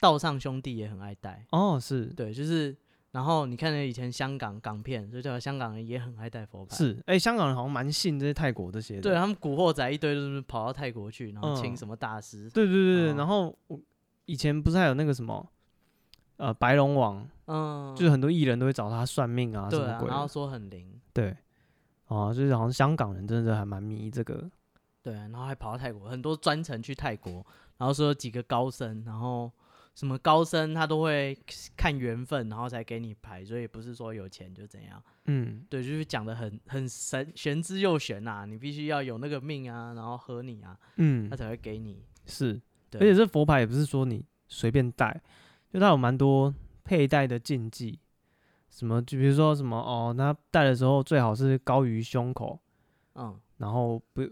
[SPEAKER 2] 道上兄弟也很爱戴，
[SPEAKER 1] 哦是
[SPEAKER 2] 对，就是，然后你看以前香港港片，所以叫香港人也很爱戴佛牌，，
[SPEAKER 1] 是，哎、香港人好像蛮信这些泰国这些的，
[SPEAKER 2] 对啊他们古惑仔一堆都是跑到泰国去，然后
[SPEAKER 1] 嗯
[SPEAKER 2] 请什么大师，
[SPEAKER 1] 对对对对
[SPEAKER 2] 哦
[SPEAKER 1] 然后我以前不是还有那个什么呃白龙王，
[SPEAKER 2] 嗯，
[SPEAKER 1] 就是很多艺人都会找他算命啊什
[SPEAKER 2] 对
[SPEAKER 1] 么
[SPEAKER 2] 啊，
[SPEAKER 1] 鬼
[SPEAKER 2] 然后
[SPEAKER 1] 的，
[SPEAKER 2] 说很灵，
[SPEAKER 1] 对，哦，就是好像香港人真的还蛮迷这个，
[SPEAKER 2] 对啊，然后还跑到泰国，很多专程去泰国，然后说有几个高僧，然后什么高僧他都会看缘分，然后才给你排，所以不是说有钱就怎样。
[SPEAKER 1] 嗯，
[SPEAKER 2] 对，就是讲的很很神玄之又玄呐、你必须要有那个命啊，然后合你啊，
[SPEAKER 1] 嗯
[SPEAKER 2] 他，才会给你。
[SPEAKER 1] 是，而
[SPEAKER 2] 对，
[SPEAKER 1] 且这佛牌也不是说你随便带，就它有蛮多佩戴的禁忌，什么就比如说什么哦，那戴的时候最好是高于胸口，
[SPEAKER 2] 嗯
[SPEAKER 1] 然后不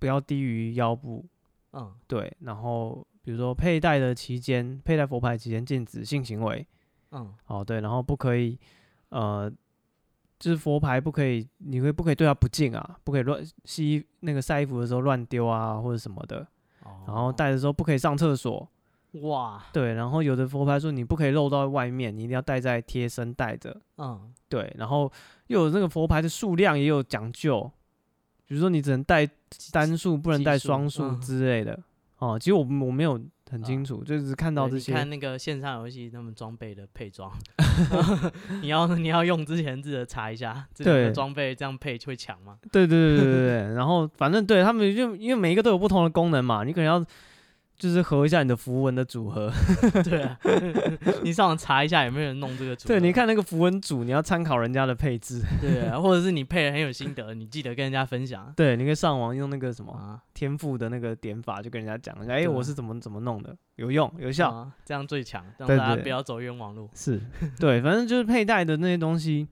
[SPEAKER 1] 不要低于腰部，
[SPEAKER 2] 嗯
[SPEAKER 1] 对，然后比如说佩戴的期间，佩戴佛牌期间禁止性行为，
[SPEAKER 2] 嗯
[SPEAKER 1] 哦对，然后不可以呃。就是佛牌不可以，你会不可以对它不敬啊？不可以乱洗衣那个晒衣服的时候乱丢啊，或者什么的。
[SPEAKER 2] 哦，
[SPEAKER 1] 然后戴的时候不可以上厕所，
[SPEAKER 2] 哇，
[SPEAKER 1] 对，然后有的佛牌说你不可以露到外面，你一定要戴在贴身戴着。
[SPEAKER 2] 嗯
[SPEAKER 1] 对，然后又有那个佛牌的数量也有讲究，比如说你只能戴单数，不能
[SPEAKER 2] 奇
[SPEAKER 1] 戴
[SPEAKER 2] 数
[SPEAKER 1] 双数
[SPEAKER 2] 嗯啊
[SPEAKER 1] 之类的。哦，其实我我没有很清楚，就只是看到
[SPEAKER 2] 对
[SPEAKER 1] 这
[SPEAKER 2] 你
[SPEAKER 1] 些。
[SPEAKER 2] 看那个线上游戏他们装备的配装， 你要 你要用之前记得查一下，这两
[SPEAKER 1] 对
[SPEAKER 2] 个装备这样配会抢吗？
[SPEAKER 1] 对对对对 对对，然后反正对他们就因为每一个都有不同的功能嘛，你可能要就是合一下你的符文的组合。
[SPEAKER 2] 对啊，你上网查一下有没有人弄这个组合。
[SPEAKER 1] 对，你看那个符文组，你要参考人家的配置。
[SPEAKER 2] 对啊，或者是你配的很有心得，你记得跟人家分享
[SPEAKER 1] 对，你可以上网用那个什么
[SPEAKER 2] 啊，
[SPEAKER 1] 天赋的那个点法，就跟人家讲，哎、
[SPEAKER 2] 对啊
[SPEAKER 1] 我是怎么怎么弄的，有用有效，
[SPEAKER 2] 啊这样最强，让
[SPEAKER 1] 对
[SPEAKER 2] 大
[SPEAKER 1] 对
[SPEAKER 2] 家不要走冤枉路。
[SPEAKER 1] 是对，反正就是佩戴的那些东西，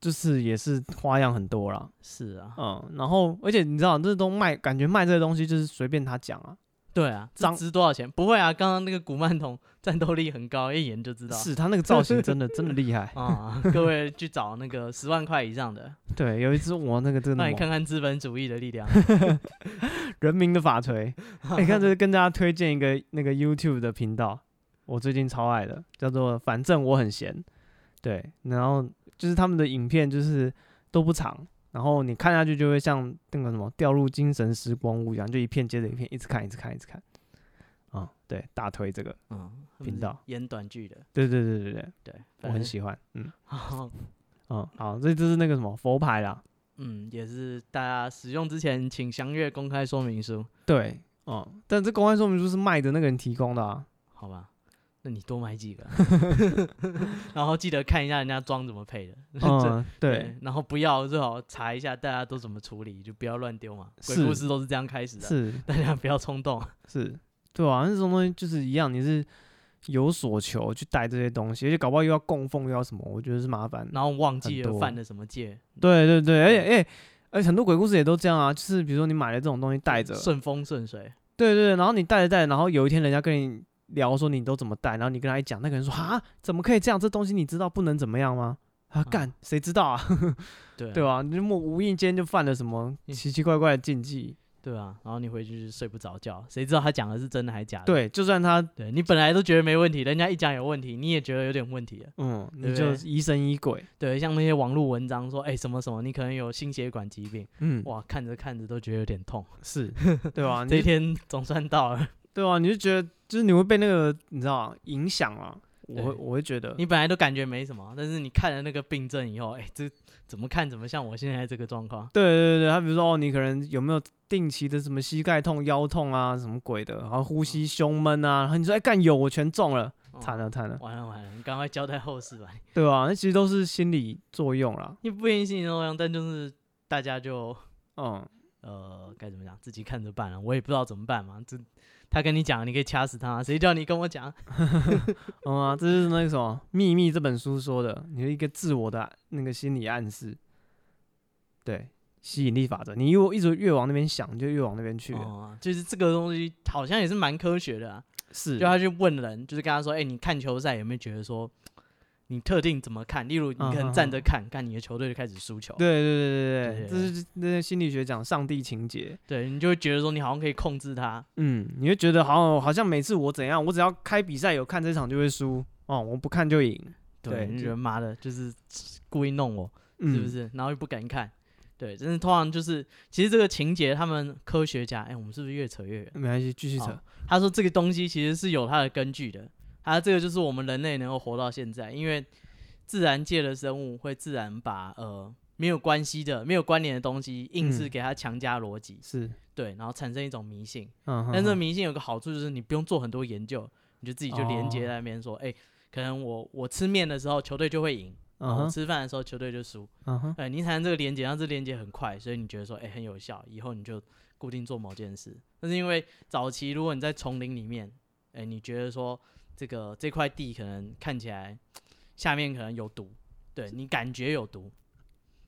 [SPEAKER 1] 就是也是花样很多啦，
[SPEAKER 2] 是啊，
[SPEAKER 1] 嗯，然后而且你知道，这都卖，感觉卖这个东西就是随便他讲啊，
[SPEAKER 2] 对啊，这
[SPEAKER 1] 张
[SPEAKER 2] 值多少钱？不会啊，刚刚那个古曼童战斗力很高，一眼就知道。，
[SPEAKER 1] 是他那个造型真的真的厉害
[SPEAKER 2] 啊，各位去找那个 十万块以上的，
[SPEAKER 1] 对，有一只我那个真的
[SPEAKER 2] 让你
[SPEAKER 1] 猛
[SPEAKER 2] 看看资本主义的力量。
[SPEAKER 1] 人民的法锤， 你、看这跟大家推荐一个那个 YouTube 的频道，我最近超爱的，叫做反正我很闲，对，然后就是他们的影片就是都不长，然后你看下去就会像那个什么掉入精神时光屋一样，就一片接着一片，一直看，一直看，一直看，啊、对，大推这个，
[SPEAKER 2] 嗯，他
[SPEAKER 1] 频
[SPEAKER 2] 们是
[SPEAKER 1] 道
[SPEAKER 2] 演短剧的，
[SPEAKER 1] 对对对对对，
[SPEAKER 2] 对，
[SPEAKER 1] 我
[SPEAKER 2] 反
[SPEAKER 1] 很
[SPEAKER 2] 正
[SPEAKER 1] 喜欢，嗯
[SPEAKER 2] 好，
[SPEAKER 1] 嗯，好，这就是那个什么佛牌啦，
[SPEAKER 2] 嗯，也是大家使用之前请详阅公开说明书，
[SPEAKER 1] 对，哦、但这公开说明书是卖的那个人提供的 啊，
[SPEAKER 2] 好吧？那你多买 几个，然后记得看一下人家装怎么 配的，
[SPEAKER 1] 嗯，对，，
[SPEAKER 2] 然后不要最好查一下大家都怎么处理，就不要乱丢嘛。鬼
[SPEAKER 1] 是
[SPEAKER 2] 故事都是这样开始的，
[SPEAKER 1] 是。
[SPEAKER 2] 大家不要冲动。
[SPEAKER 1] 是，对啊，那种东西就是一样，你是有所求去带这些东西，而且搞不好又要供奉，又要什么，我觉得是麻烦。
[SPEAKER 2] 然后忘记
[SPEAKER 1] 很
[SPEAKER 2] 了
[SPEAKER 1] 多
[SPEAKER 2] 犯了什么戒，
[SPEAKER 1] 对对对，而且哎、而且很多鬼故事也都这样啊，就是比如说你买了这种东西带着，
[SPEAKER 2] 顺风顺水，
[SPEAKER 1] 对对对，然后你带着带着，然后有一天人家跟你聊说你都怎么带，然后你跟他一讲，那个人说啊，怎么可以这样？这东西你知道不能怎么样吗？啊，干，谁知道啊？
[SPEAKER 2] 对啊
[SPEAKER 1] 对吧、你就莫无意间就犯了什么
[SPEAKER 2] 嗯
[SPEAKER 1] 奇奇怪怪的禁忌。
[SPEAKER 2] 对啊，然后你回去就睡不着觉，谁知道他讲的是真的还假的？
[SPEAKER 1] 对，就算他，
[SPEAKER 2] 对你本来都觉得没问题，人家一讲有问题，你也觉得有点问题了。
[SPEAKER 1] 嗯，
[SPEAKER 2] 对
[SPEAKER 1] 你
[SPEAKER 2] 不
[SPEAKER 1] 就
[SPEAKER 2] 对
[SPEAKER 1] 疑神疑鬼，
[SPEAKER 2] 对，像那些网络文章说，哎、什么什么，你可能有心血管疾病，
[SPEAKER 1] 嗯，
[SPEAKER 2] 哇，看着看着都觉得有点痛。
[SPEAKER 1] 是，对吧、你
[SPEAKER 2] 这
[SPEAKER 1] 就
[SPEAKER 2] 一天总算到了，
[SPEAKER 1] 对啊，你就觉得就是你会被那个你知道啊影响啊，我会
[SPEAKER 2] 对
[SPEAKER 1] 我会觉得
[SPEAKER 2] 你本来都感觉没什么，但是你看了那个病症以后，哎、这怎么看怎么像我现在这个状况。
[SPEAKER 1] 对对对，他比如说哦，你可能有没有定期的什么膝盖痛、腰痛啊，什么鬼的，然后呼吸胸闷啊，然后你说哎干有我全中了，
[SPEAKER 2] 哦
[SPEAKER 1] 惨了惨了，
[SPEAKER 2] 完了完了，你赶快交代后事吧。
[SPEAKER 1] 对吧、那其实都是心理作用啦，
[SPEAKER 2] 你不一定心理作用，但就是大家就
[SPEAKER 1] 嗯，
[SPEAKER 2] 呃该怎么讲，自己看着办了、啊我也不知道怎么办嘛。这他跟你讲，你可以掐死他，啊谁叫你跟我 讲？
[SPEAKER 1] 嗯啊，这是那个什么《秘密》这本书说的，你的一个自我的那个心理暗示，对，吸引力法则，你如果一直越往那边想，你就越往那边去了，
[SPEAKER 2] 哦，就是这个东西好像也是蛮科学的啊。
[SPEAKER 1] 是
[SPEAKER 2] 就，他去问人，就是跟他说：“哎、你看球赛有没有觉得说你特定怎么看？例如你可
[SPEAKER 1] 嗯嗯
[SPEAKER 2] 能
[SPEAKER 1] 嗯
[SPEAKER 2] 站着看，看你的球队就开始输球，
[SPEAKER 1] 对对对对对，
[SPEAKER 2] 哦对
[SPEAKER 1] 这是那些心理学讲上帝情节。
[SPEAKER 2] 对你就会觉得说你好像可以控制它。
[SPEAKER 1] 嗯，你会觉得好像好像每次我怎样，我只要开比赛有看这场就会输哦，我不看就赢，对
[SPEAKER 2] 对，你
[SPEAKER 1] 就
[SPEAKER 2] 就觉得妈的，就是故意弄我，
[SPEAKER 1] 嗯、
[SPEAKER 2] 是不？是？然后又不敢看。”对，真是通常就是，其实这个情节，他们科学家，哎、我们是不是越扯越远？
[SPEAKER 1] 没关系，继续扯。
[SPEAKER 2] 哦他说这个东西其实是有它的根据的，它这个就是我们人类能够活到现在，因为自然界的生物会自然把呃没有关系的、没有关联的东西硬是
[SPEAKER 1] 嗯
[SPEAKER 2] 给它强加逻辑，
[SPEAKER 1] 是，
[SPEAKER 2] 对，然后产生一种迷信。
[SPEAKER 1] 嗯哼哼，
[SPEAKER 2] 但这迷信有个好处就是你不用做很多研究，你就自己就连
[SPEAKER 1] 哦
[SPEAKER 2] 接在那边说，哎、可能我我吃面的时候球队就会赢，
[SPEAKER 1] 嗯
[SPEAKER 2] 我
[SPEAKER 1] 哼，
[SPEAKER 2] 吃饭的时候球队就输，
[SPEAKER 1] 嗯哼，
[SPEAKER 2] 哎、你产生这个连接，让这连接很快，所以你觉得说，哎、很有效，以后你就固定做某件事。但是因为早期如果你在丛林里面，哎、你觉得说这个这块地可能看起来下面可能有毒，对你感觉有毒，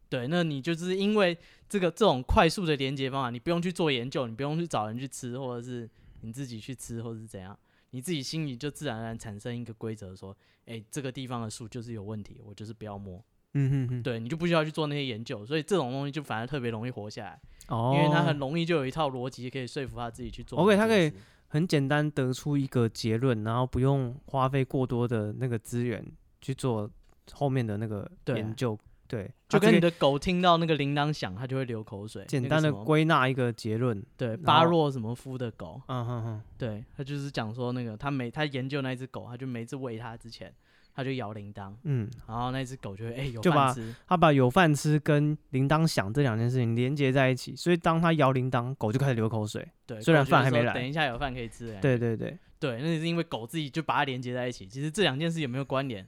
[SPEAKER 2] 对，那你就是因为这个这种快速的连接方法，你不用去做研究，你不用去找人去吃，或者是你自己去吃，或者是怎样。你自己心里就自然而然产生一个规则，说，哎、这个地方的树就是有问题，我就是不要摸。
[SPEAKER 1] 嗯哼哼，
[SPEAKER 2] 对你就不需要去做那些研究，所以这种东西就反而特别容易活下来，
[SPEAKER 1] 哦，
[SPEAKER 2] 因为他很容易就有一套逻辑可以说服他自己去做某
[SPEAKER 1] OK，
[SPEAKER 2] 件事。
[SPEAKER 1] 他可以很简单得出一个结论，然后不用花费过多的那个资源去做后面的那个
[SPEAKER 2] 对
[SPEAKER 1] 研究，对，他只
[SPEAKER 2] 就跟你
[SPEAKER 1] 可以
[SPEAKER 2] 的啊狗听到那个铃铛响，它就会流口水。
[SPEAKER 1] 简
[SPEAKER 2] 那个
[SPEAKER 1] 单的
[SPEAKER 2] 什么
[SPEAKER 1] 归纳一个结论，
[SPEAKER 2] 对
[SPEAKER 1] 后
[SPEAKER 2] 巴洛什么夫的狗，
[SPEAKER 1] 嗯哼哼，
[SPEAKER 2] 对他就是讲说那个他每他研究那只狗，他就每次喂它之前，他就摇铃铛，
[SPEAKER 1] 嗯，
[SPEAKER 2] 然后那只狗就会哎、有
[SPEAKER 1] 就把
[SPEAKER 2] 饭吃，
[SPEAKER 1] 他把有饭吃跟铃铛响这两件事情连接在一起，所以当他摇铃铛，狗就开始流口水，
[SPEAKER 2] 对，
[SPEAKER 1] 虽然
[SPEAKER 2] 狗就会
[SPEAKER 1] 饭还没
[SPEAKER 2] 说
[SPEAKER 1] 来
[SPEAKER 2] 等一下有饭可以吃的感觉。
[SPEAKER 1] 对对对，
[SPEAKER 2] 对，那是因为狗自己就把它连接在一起。其实这两件事有没有关联，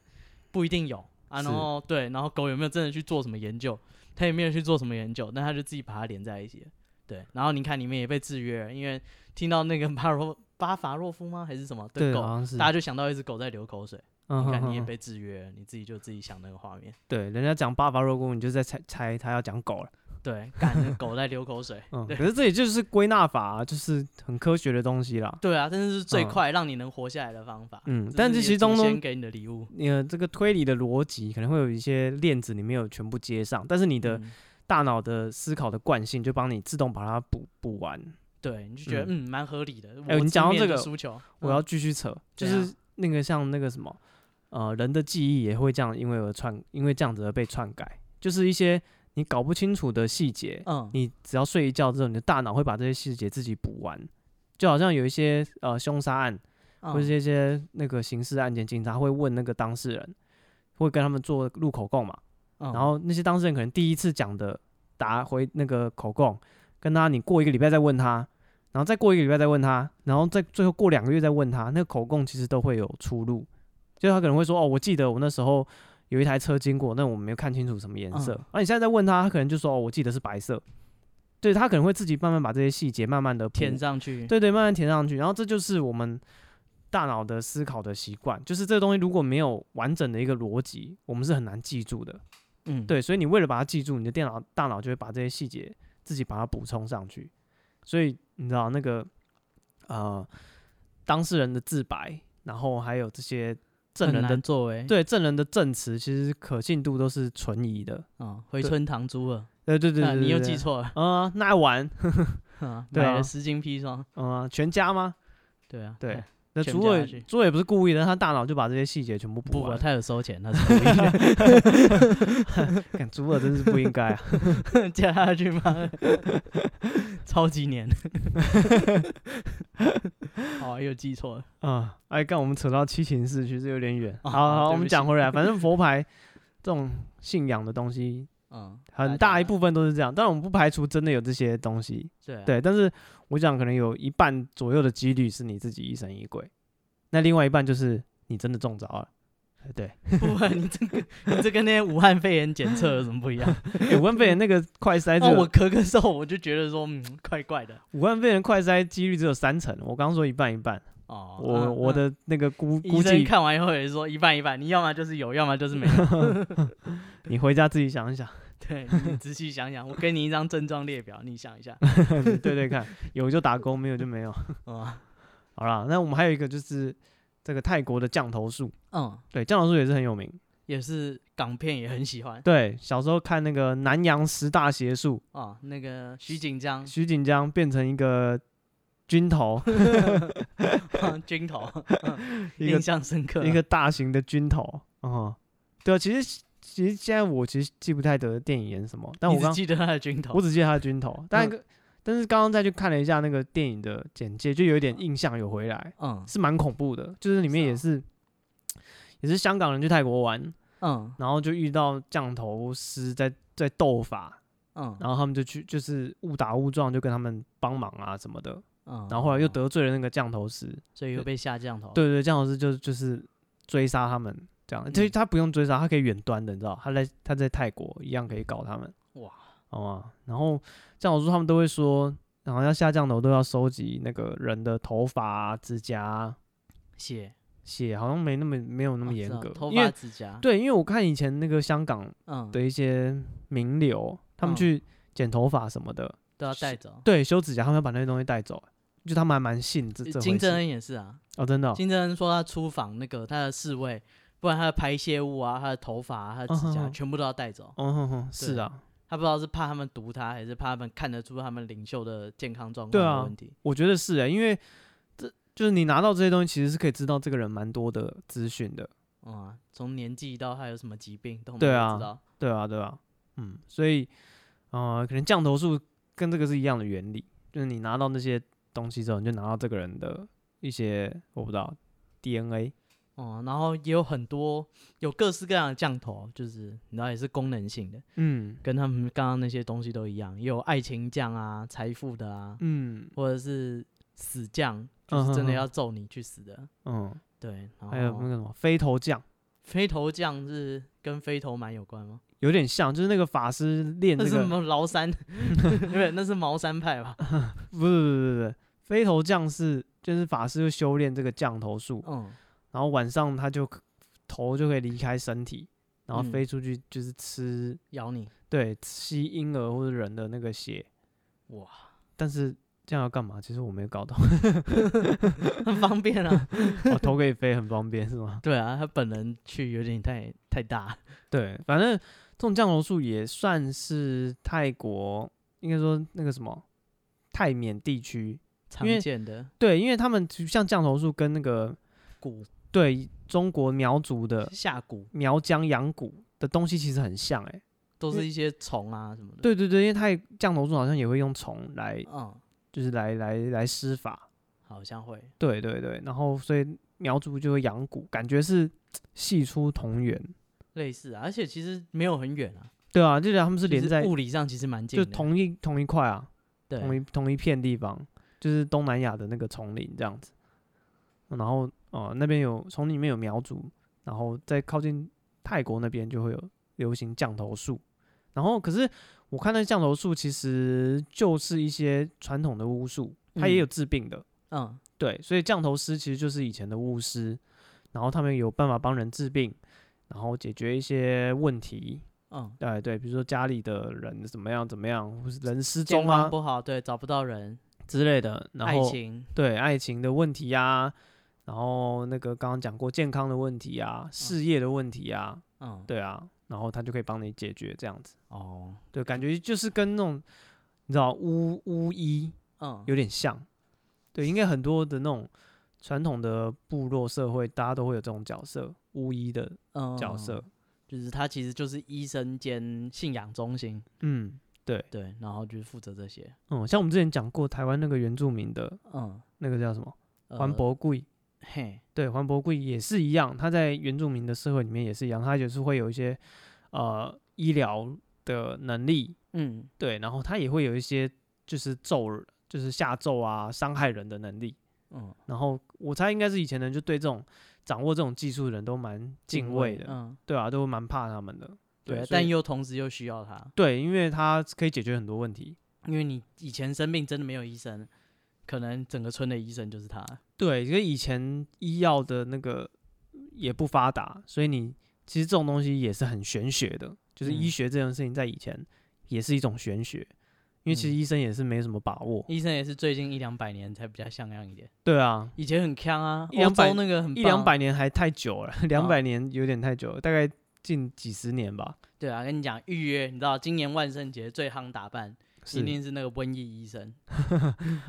[SPEAKER 2] 不一定有啊。
[SPEAKER 1] 是
[SPEAKER 2] 然后对，然后狗有没有真的去做什么研究，它也没有去做什么研究，但它就自己把它连在一起了。对，然后你看你们也被制约了，因为听到那个巴罗巴伐洛夫吗还是什么的
[SPEAKER 1] 对，
[SPEAKER 2] 狗，
[SPEAKER 1] 好像是，
[SPEAKER 2] 大家就想到一只狗在流口水。
[SPEAKER 1] 嗯
[SPEAKER 2] 你
[SPEAKER 1] 哼
[SPEAKER 2] 看
[SPEAKER 1] 哼
[SPEAKER 2] 你也
[SPEAKER 1] 哼
[SPEAKER 2] 被制约了，你自己就自己想那个画面。
[SPEAKER 1] 对，人家讲巴伐洛夫，你就在猜猜他要讲狗了。
[SPEAKER 2] 对，感那个狗在流口水。
[SPEAKER 1] 嗯，
[SPEAKER 2] 对
[SPEAKER 1] 可是这也就是归纳法啊、就是很科学的东西啦。
[SPEAKER 2] 对啊，但是是最
[SPEAKER 1] 嗯
[SPEAKER 2] 快让你能活下来的方法。
[SPEAKER 1] 嗯
[SPEAKER 2] 这，
[SPEAKER 1] 但这
[SPEAKER 2] 是你的
[SPEAKER 1] 其中
[SPEAKER 2] 祖
[SPEAKER 1] 呢
[SPEAKER 2] 先，给你的礼物
[SPEAKER 1] 你的这个推理的逻辑可能会有一些链子，你没有全部接上，但是你的
[SPEAKER 2] 嗯
[SPEAKER 1] 大脑的思考的惯性就帮你自动把它补补完。
[SPEAKER 2] 对，你就觉得嗯蛮、合理的。
[SPEAKER 1] 哎
[SPEAKER 2] 我
[SPEAKER 1] 你讲到
[SPEAKER 2] 直面
[SPEAKER 1] 这
[SPEAKER 2] 的
[SPEAKER 1] 个
[SPEAKER 2] 输球，
[SPEAKER 1] 我要继续扯，就
[SPEAKER 2] 怎样
[SPEAKER 1] 是那个像那个什么，呃，人的记忆也会这样，因为而篡，因为这样子而被篡改，就是一些你搞不清楚的细节，
[SPEAKER 2] 嗯
[SPEAKER 1] 你只要睡一觉之后，你的大脑会把这些细节自己补完。就好像有一些呃凶杀案，
[SPEAKER 2] 嗯
[SPEAKER 1] 或是一些那个刑事案件，警察会问那个当事人，会跟他们做录口供嘛。
[SPEAKER 2] 嗯
[SPEAKER 1] 然后那些当事人可能第一次讲的答回那个口供，跟他你过一个礼拜再问他，然后再过一个礼拜再问他，然后再最后过两个月再问他，那个口供其实都会有出入。就他可能会说：“哦，我记得我那时候有一台车经过，那我没有看清楚什么颜色。
[SPEAKER 2] 嗯
[SPEAKER 1] 那、你现在再问他，他可能就说：“哦，我记得是白色。”对他可能会自己慢慢把这些细节慢慢的
[SPEAKER 2] 填上去，
[SPEAKER 1] 对对，慢慢填上去。然后这就是我们大脑的思考的习惯，就是这个东西如果没有完整的一个逻辑，我们是很难记住的。
[SPEAKER 2] 嗯，
[SPEAKER 1] 对，所以你为了把它记住，你的电脑大脑就会把这些细节自己把它补充上去。所以你知道那个呃当事人的自白，然后还有这些证
[SPEAKER 2] 很
[SPEAKER 1] 人的
[SPEAKER 2] 难作为，，
[SPEAKER 1] 对证人的证词，其实可信度都是存疑的。
[SPEAKER 2] 嗯，回
[SPEAKER 1] 对
[SPEAKER 2] 春堂猪了，
[SPEAKER 1] 对对对
[SPEAKER 2] 啊
[SPEAKER 1] 对，
[SPEAKER 2] 你又
[SPEAKER 1] 对
[SPEAKER 2] 记
[SPEAKER 1] 对
[SPEAKER 2] 错 了，
[SPEAKER 1] 啊、那那完，
[SPEAKER 2] 嗯
[SPEAKER 1] 对
[SPEAKER 2] 买
[SPEAKER 1] 啊
[SPEAKER 2] 了十斤砒霜，
[SPEAKER 1] 嗯、全家吗？
[SPEAKER 2] 对啊，
[SPEAKER 1] 对
[SPEAKER 2] 哎，
[SPEAKER 1] 那
[SPEAKER 2] 全
[SPEAKER 1] 主
[SPEAKER 2] 加
[SPEAKER 1] 委
[SPEAKER 2] 去
[SPEAKER 1] 主委不是故意的，他大脑就把这些细节全部补
[SPEAKER 2] 不，
[SPEAKER 1] 完
[SPEAKER 2] 我
[SPEAKER 1] 了。
[SPEAKER 2] 他有收钱，他是故意
[SPEAKER 1] 看主委真是不应该啊！
[SPEAKER 2] 的 加下去吗？ 超级 黏，好，又记错了，
[SPEAKER 1] 啊，哎，干我们扯到七情室去，这有点远。
[SPEAKER 2] 哦
[SPEAKER 1] 好
[SPEAKER 2] 对
[SPEAKER 1] 好，
[SPEAKER 2] 不
[SPEAKER 1] 我们讲
[SPEAKER 2] 起
[SPEAKER 1] 回 来，反正佛牌这种信仰的东西，
[SPEAKER 2] 嗯，
[SPEAKER 1] 很大一
[SPEAKER 2] 步，
[SPEAKER 1] 部分都是这样。但我们不排除真的有这些东西，
[SPEAKER 2] 对啊
[SPEAKER 1] 对。但是我讲可能有一半左右的几率是你自己疑神疑鬼，那另外一半就是你真的中招了。哎对，
[SPEAKER 2] 不然你这个你这跟那些武汉肺炎检测有什么不一 样？
[SPEAKER 1] 哎武汉肺炎那个快筛只
[SPEAKER 2] 那
[SPEAKER 1] 有
[SPEAKER 2] 哦我咳咳嗽，我就觉得说，嗯，怪怪的。
[SPEAKER 1] 武汉肺炎快筛几率只有三成，我刚说一半一半，
[SPEAKER 2] 哦，
[SPEAKER 1] 我
[SPEAKER 2] 嗯
[SPEAKER 1] 我
[SPEAKER 2] 嗯
[SPEAKER 1] 的那个估
[SPEAKER 2] 医
[SPEAKER 1] 估
[SPEAKER 2] 生
[SPEAKER 1] 计
[SPEAKER 2] 看完以后也是说一半一半，你要么就是有，要么就是 没有。
[SPEAKER 1] 你回家自己想一 想，
[SPEAKER 2] 对你仔细想想，我给你一张症状列表，你想 一下。
[SPEAKER 1] 你对对看，有就打工，没有就没有。
[SPEAKER 2] 嗯
[SPEAKER 1] 好啦，那我们还有一个就是这个泰国的降头术，
[SPEAKER 2] 嗯，
[SPEAKER 1] 对，降头术也是很有名。
[SPEAKER 2] 也是港片也很喜欢
[SPEAKER 1] 对，小时候看那个南洋十大邪术，
[SPEAKER 2] 啊、那个徐 锦江
[SPEAKER 1] 徐锦江变成一个军头，
[SPEAKER 2] 哦军头，
[SPEAKER 1] 一个
[SPEAKER 2] 印象深刻。
[SPEAKER 1] 一个大型的军头，嗯，对啊，其实其实现在我其实记不太得电影演什么，但
[SPEAKER 2] 你
[SPEAKER 1] 我
[SPEAKER 2] 只
[SPEAKER 1] 刚
[SPEAKER 2] 记得嗯他的军头
[SPEAKER 1] 我。只记得他的军头，但、但是刚刚再去看了一下那个电影的简介，就有一点印象有回来，
[SPEAKER 2] 嗯
[SPEAKER 1] 是蛮恐怖的，就是里面
[SPEAKER 2] 是
[SPEAKER 1] 也
[SPEAKER 2] 啊
[SPEAKER 1] 是、也是香港人去泰国玩，
[SPEAKER 2] 嗯
[SPEAKER 1] 然后就遇到降头师在在斗法，
[SPEAKER 2] 嗯
[SPEAKER 1] 然后他们就去就是误打误撞就跟他们帮忙啊什么的，
[SPEAKER 2] 嗯，
[SPEAKER 1] 然后后来又得罪了那个降头师，
[SPEAKER 2] 所以又被下降头。，
[SPEAKER 1] 对对，降头师就是就是追杀他们这样，其实
[SPEAKER 2] 嗯
[SPEAKER 1] 他不用追杀，他可以远端的，你知道，他在他在泰国一样可以搞他们，
[SPEAKER 2] 哇，
[SPEAKER 1] 好吗？然后降头师他们都会说，然后要下降头都要收集那个人的头发啊、指甲啊、
[SPEAKER 2] 血
[SPEAKER 1] 血，好像没那么没有那
[SPEAKER 2] 那
[SPEAKER 1] 么严格，
[SPEAKER 2] 哦头
[SPEAKER 1] 因
[SPEAKER 2] 发、
[SPEAKER 1] 为
[SPEAKER 2] 指甲，，
[SPEAKER 1] 对，因为我看以前那个香港
[SPEAKER 2] 嗯，
[SPEAKER 1] 的一些名流，他们
[SPEAKER 2] 嗯
[SPEAKER 1] 去剪头发什么的，
[SPEAKER 2] 都要带走。
[SPEAKER 1] 对，修指甲，他们要把那些东西带走，就他们还蛮信这这回
[SPEAKER 2] 呃金正
[SPEAKER 1] 事
[SPEAKER 2] 恩也是啊，
[SPEAKER 1] 哦，真的哦、
[SPEAKER 2] 金正恩说他出访那个他的侍卫，不然他的排泄物啊、他的头发、啊、他的指
[SPEAKER 1] 嗯
[SPEAKER 2] 甲
[SPEAKER 1] 哼
[SPEAKER 2] 全部都要带走。
[SPEAKER 1] 哦哼哼，是
[SPEAKER 2] 对
[SPEAKER 1] 啊，
[SPEAKER 2] 他不知道是怕他们毒他，还是怕他们看得出他们领袖的健康状
[SPEAKER 1] 对
[SPEAKER 2] 况
[SPEAKER 1] 啊
[SPEAKER 2] 有问题。
[SPEAKER 1] 我觉得是哎、因为这就是你拿到这些东西，其实是可以知道这个人蛮多的资讯的，
[SPEAKER 2] 嗯，从年纪到他有什么疾病都没
[SPEAKER 1] 对
[SPEAKER 2] 有
[SPEAKER 1] 啊
[SPEAKER 2] 知道。
[SPEAKER 1] 对啊，对啊，嗯，所以呃，可能降头术跟这个是一样的原理，就是你拿到那些东西之后，你就拿到这个人的一些我不知道 DNA，
[SPEAKER 2] 哦、然后也有很多有各式各样的降头，就是你知道也是功能性的，
[SPEAKER 1] 嗯
[SPEAKER 2] 跟他们刚刚那些东西都一样，也有爱情降啊、财富的啊，
[SPEAKER 1] 嗯
[SPEAKER 2] 或者是死降，就
[SPEAKER 1] 嗯
[SPEAKER 2] 是
[SPEAKER 1] 哼
[SPEAKER 2] 真的
[SPEAKER 1] 哼
[SPEAKER 2] 要揍你去死的。
[SPEAKER 1] 嗯，
[SPEAKER 2] 对，然后
[SPEAKER 1] 还有那个什
[SPEAKER 2] 哦
[SPEAKER 1] 么飞头降。
[SPEAKER 2] 飞头降是跟飞头蛮有关吗？
[SPEAKER 1] 有点像，就是那个法师练
[SPEAKER 2] 那
[SPEAKER 1] 那
[SPEAKER 2] 是什
[SPEAKER 1] 个，
[SPEAKER 2] 么崂 山？对，那是茅山派吧？
[SPEAKER 1] 不不不不不，飞头降是就是法师就修炼这个降头术，
[SPEAKER 2] 嗯，
[SPEAKER 1] 然后晚上他就可头就可以离开身体，然后
[SPEAKER 2] 嗯
[SPEAKER 1] 飞出去就是吃、
[SPEAKER 2] 咬你
[SPEAKER 1] 对吸婴儿或者人的那个血，
[SPEAKER 2] 哇，
[SPEAKER 1] 但是这样要干嘛？其实我没有 搞懂，
[SPEAKER 2] 很方便 啊。
[SPEAKER 1] 我头可以飞很方便是吗？
[SPEAKER 2] 对啊，他本人去有点太太大。
[SPEAKER 1] 对，反正这种降头术也算是泰国应该说那个什么泰缅地区，
[SPEAKER 2] 常
[SPEAKER 1] 因为
[SPEAKER 2] 见的
[SPEAKER 1] 对，因为他们就像降头术跟那个
[SPEAKER 2] 蛊
[SPEAKER 1] 对中国苗族的
[SPEAKER 2] 下蛊
[SPEAKER 1] 苗疆羊骨的东西其实很像哎、欸
[SPEAKER 2] 都
[SPEAKER 1] 因
[SPEAKER 2] 是
[SPEAKER 1] 为
[SPEAKER 2] 一些虫啊什么的。
[SPEAKER 1] 对对对，因为泰降头术好像也会用虫来
[SPEAKER 2] 嗯，
[SPEAKER 1] 就是来来来施法，
[SPEAKER 2] 好像会。
[SPEAKER 1] 对对对，然后所以苗族就会养蛊，感觉是系出同源，
[SPEAKER 2] 类似、啊，而且其实没有很远啊，
[SPEAKER 1] 对啊，就是他们是
[SPEAKER 2] 就
[SPEAKER 1] 连在
[SPEAKER 2] 物理上其实蛮近
[SPEAKER 1] 就
[SPEAKER 2] 的，
[SPEAKER 1] 同一同一块啊，
[SPEAKER 2] 对
[SPEAKER 1] 同一同一片地方，就是东南亚的那个丛林这样子，然后哦、呃那边有丛林里面有苗族，然后在靠近泰国那边就会有流行降头术，然后可是我看那降头术其实就是一些传统的巫术，它也
[SPEAKER 2] 嗯
[SPEAKER 1] 有治病的。
[SPEAKER 2] 嗯
[SPEAKER 1] 对，所以降头师其实就是以前的巫师，然后他们有办法帮人治病，然后解决一些问题。
[SPEAKER 2] 嗯，
[SPEAKER 1] 哎，对，比如说家里的人怎么样怎么样，或是人失
[SPEAKER 2] 健
[SPEAKER 1] 踪
[SPEAKER 2] 康
[SPEAKER 1] 啊
[SPEAKER 2] 不好，对，找不到人，
[SPEAKER 1] 之类的，然
[SPEAKER 2] 爱
[SPEAKER 1] 后
[SPEAKER 2] 情，
[SPEAKER 1] 对爱情的问题啊，然后那个刚刚讲过健康的问题啊，事业的问题啊，
[SPEAKER 2] 嗯，
[SPEAKER 1] 对啊，然后他就可以帮你解决这样子。
[SPEAKER 2] 哦，
[SPEAKER 1] 对，感觉就是跟那种你知道巫巫医
[SPEAKER 2] 嗯，
[SPEAKER 1] 有点像。对，应该很多的那种传统的部落社会，大家都会有这种角色，巫医的
[SPEAKER 2] 嗯
[SPEAKER 1] 角色。
[SPEAKER 2] 就是他其实就是医生兼信仰中心，
[SPEAKER 1] 嗯，对，
[SPEAKER 2] 对，然后就是负责这些，
[SPEAKER 1] 嗯，像我们之前讲过台湾那个原住民的
[SPEAKER 2] 嗯，
[SPEAKER 1] 那个叫什么
[SPEAKER 2] 呃
[SPEAKER 1] 环，伯贵，
[SPEAKER 2] 嘿，
[SPEAKER 1] 对，环伯贵也是一样，他在原住民的社会里面也是一样，他也是会有一些呃医疗的能力，
[SPEAKER 2] 嗯，
[SPEAKER 1] 对，然后他也会有一些就是咒，就是下咒啊，伤害人的能力。
[SPEAKER 2] 嗯，
[SPEAKER 1] 然后我猜应该是以前人就对这种掌握这种技术的人都蛮敬畏的，
[SPEAKER 2] 嗯，
[SPEAKER 1] 对啊，都蛮怕他们的。
[SPEAKER 2] 对，啊
[SPEAKER 1] 所以
[SPEAKER 2] 但又同时又需要他，
[SPEAKER 1] 对，因为他可以解决很多问题。
[SPEAKER 2] 因为你以前生病真的没有医生，可能整个村的医生就是他，
[SPEAKER 1] 对，因为以前医药的那个也不发达，所以你其实这种东西也是很玄学的，就是医
[SPEAKER 2] 嗯
[SPEAKER 1] 学这件事情在以前也是一种玄学，因为其实
[SPEAKER 2] 嗯
[SPEAKER 1] 医生也是没什么把握。
[SPEAKER 2] 医生也是最近一两百年才比较像样一点。
[SPEAKER 1] 对啊，
[SPEAKER 2] 以前很强啊，
[SPEAKER 1] 一两
[SPEAKER 2] 欧
[SPEAKER 1] 百
[SPEAKER 2] 洲那个很
[SPEAKER 1] 一
[SPEAKER 2] 棒嗯
[SPEAKER 1] 两
[SPEAKER 2] 啊
[SPEAKER 1] 百年还太久了，两百年有点太久了，大概近几十年吧。
[SPEAKER 2] 对啊，跟你讲预约，你知道今年万圣节最夯打扮一
[SPEAKER 1] 是
[SPEAKER 2] 定是那个瘟疫医生，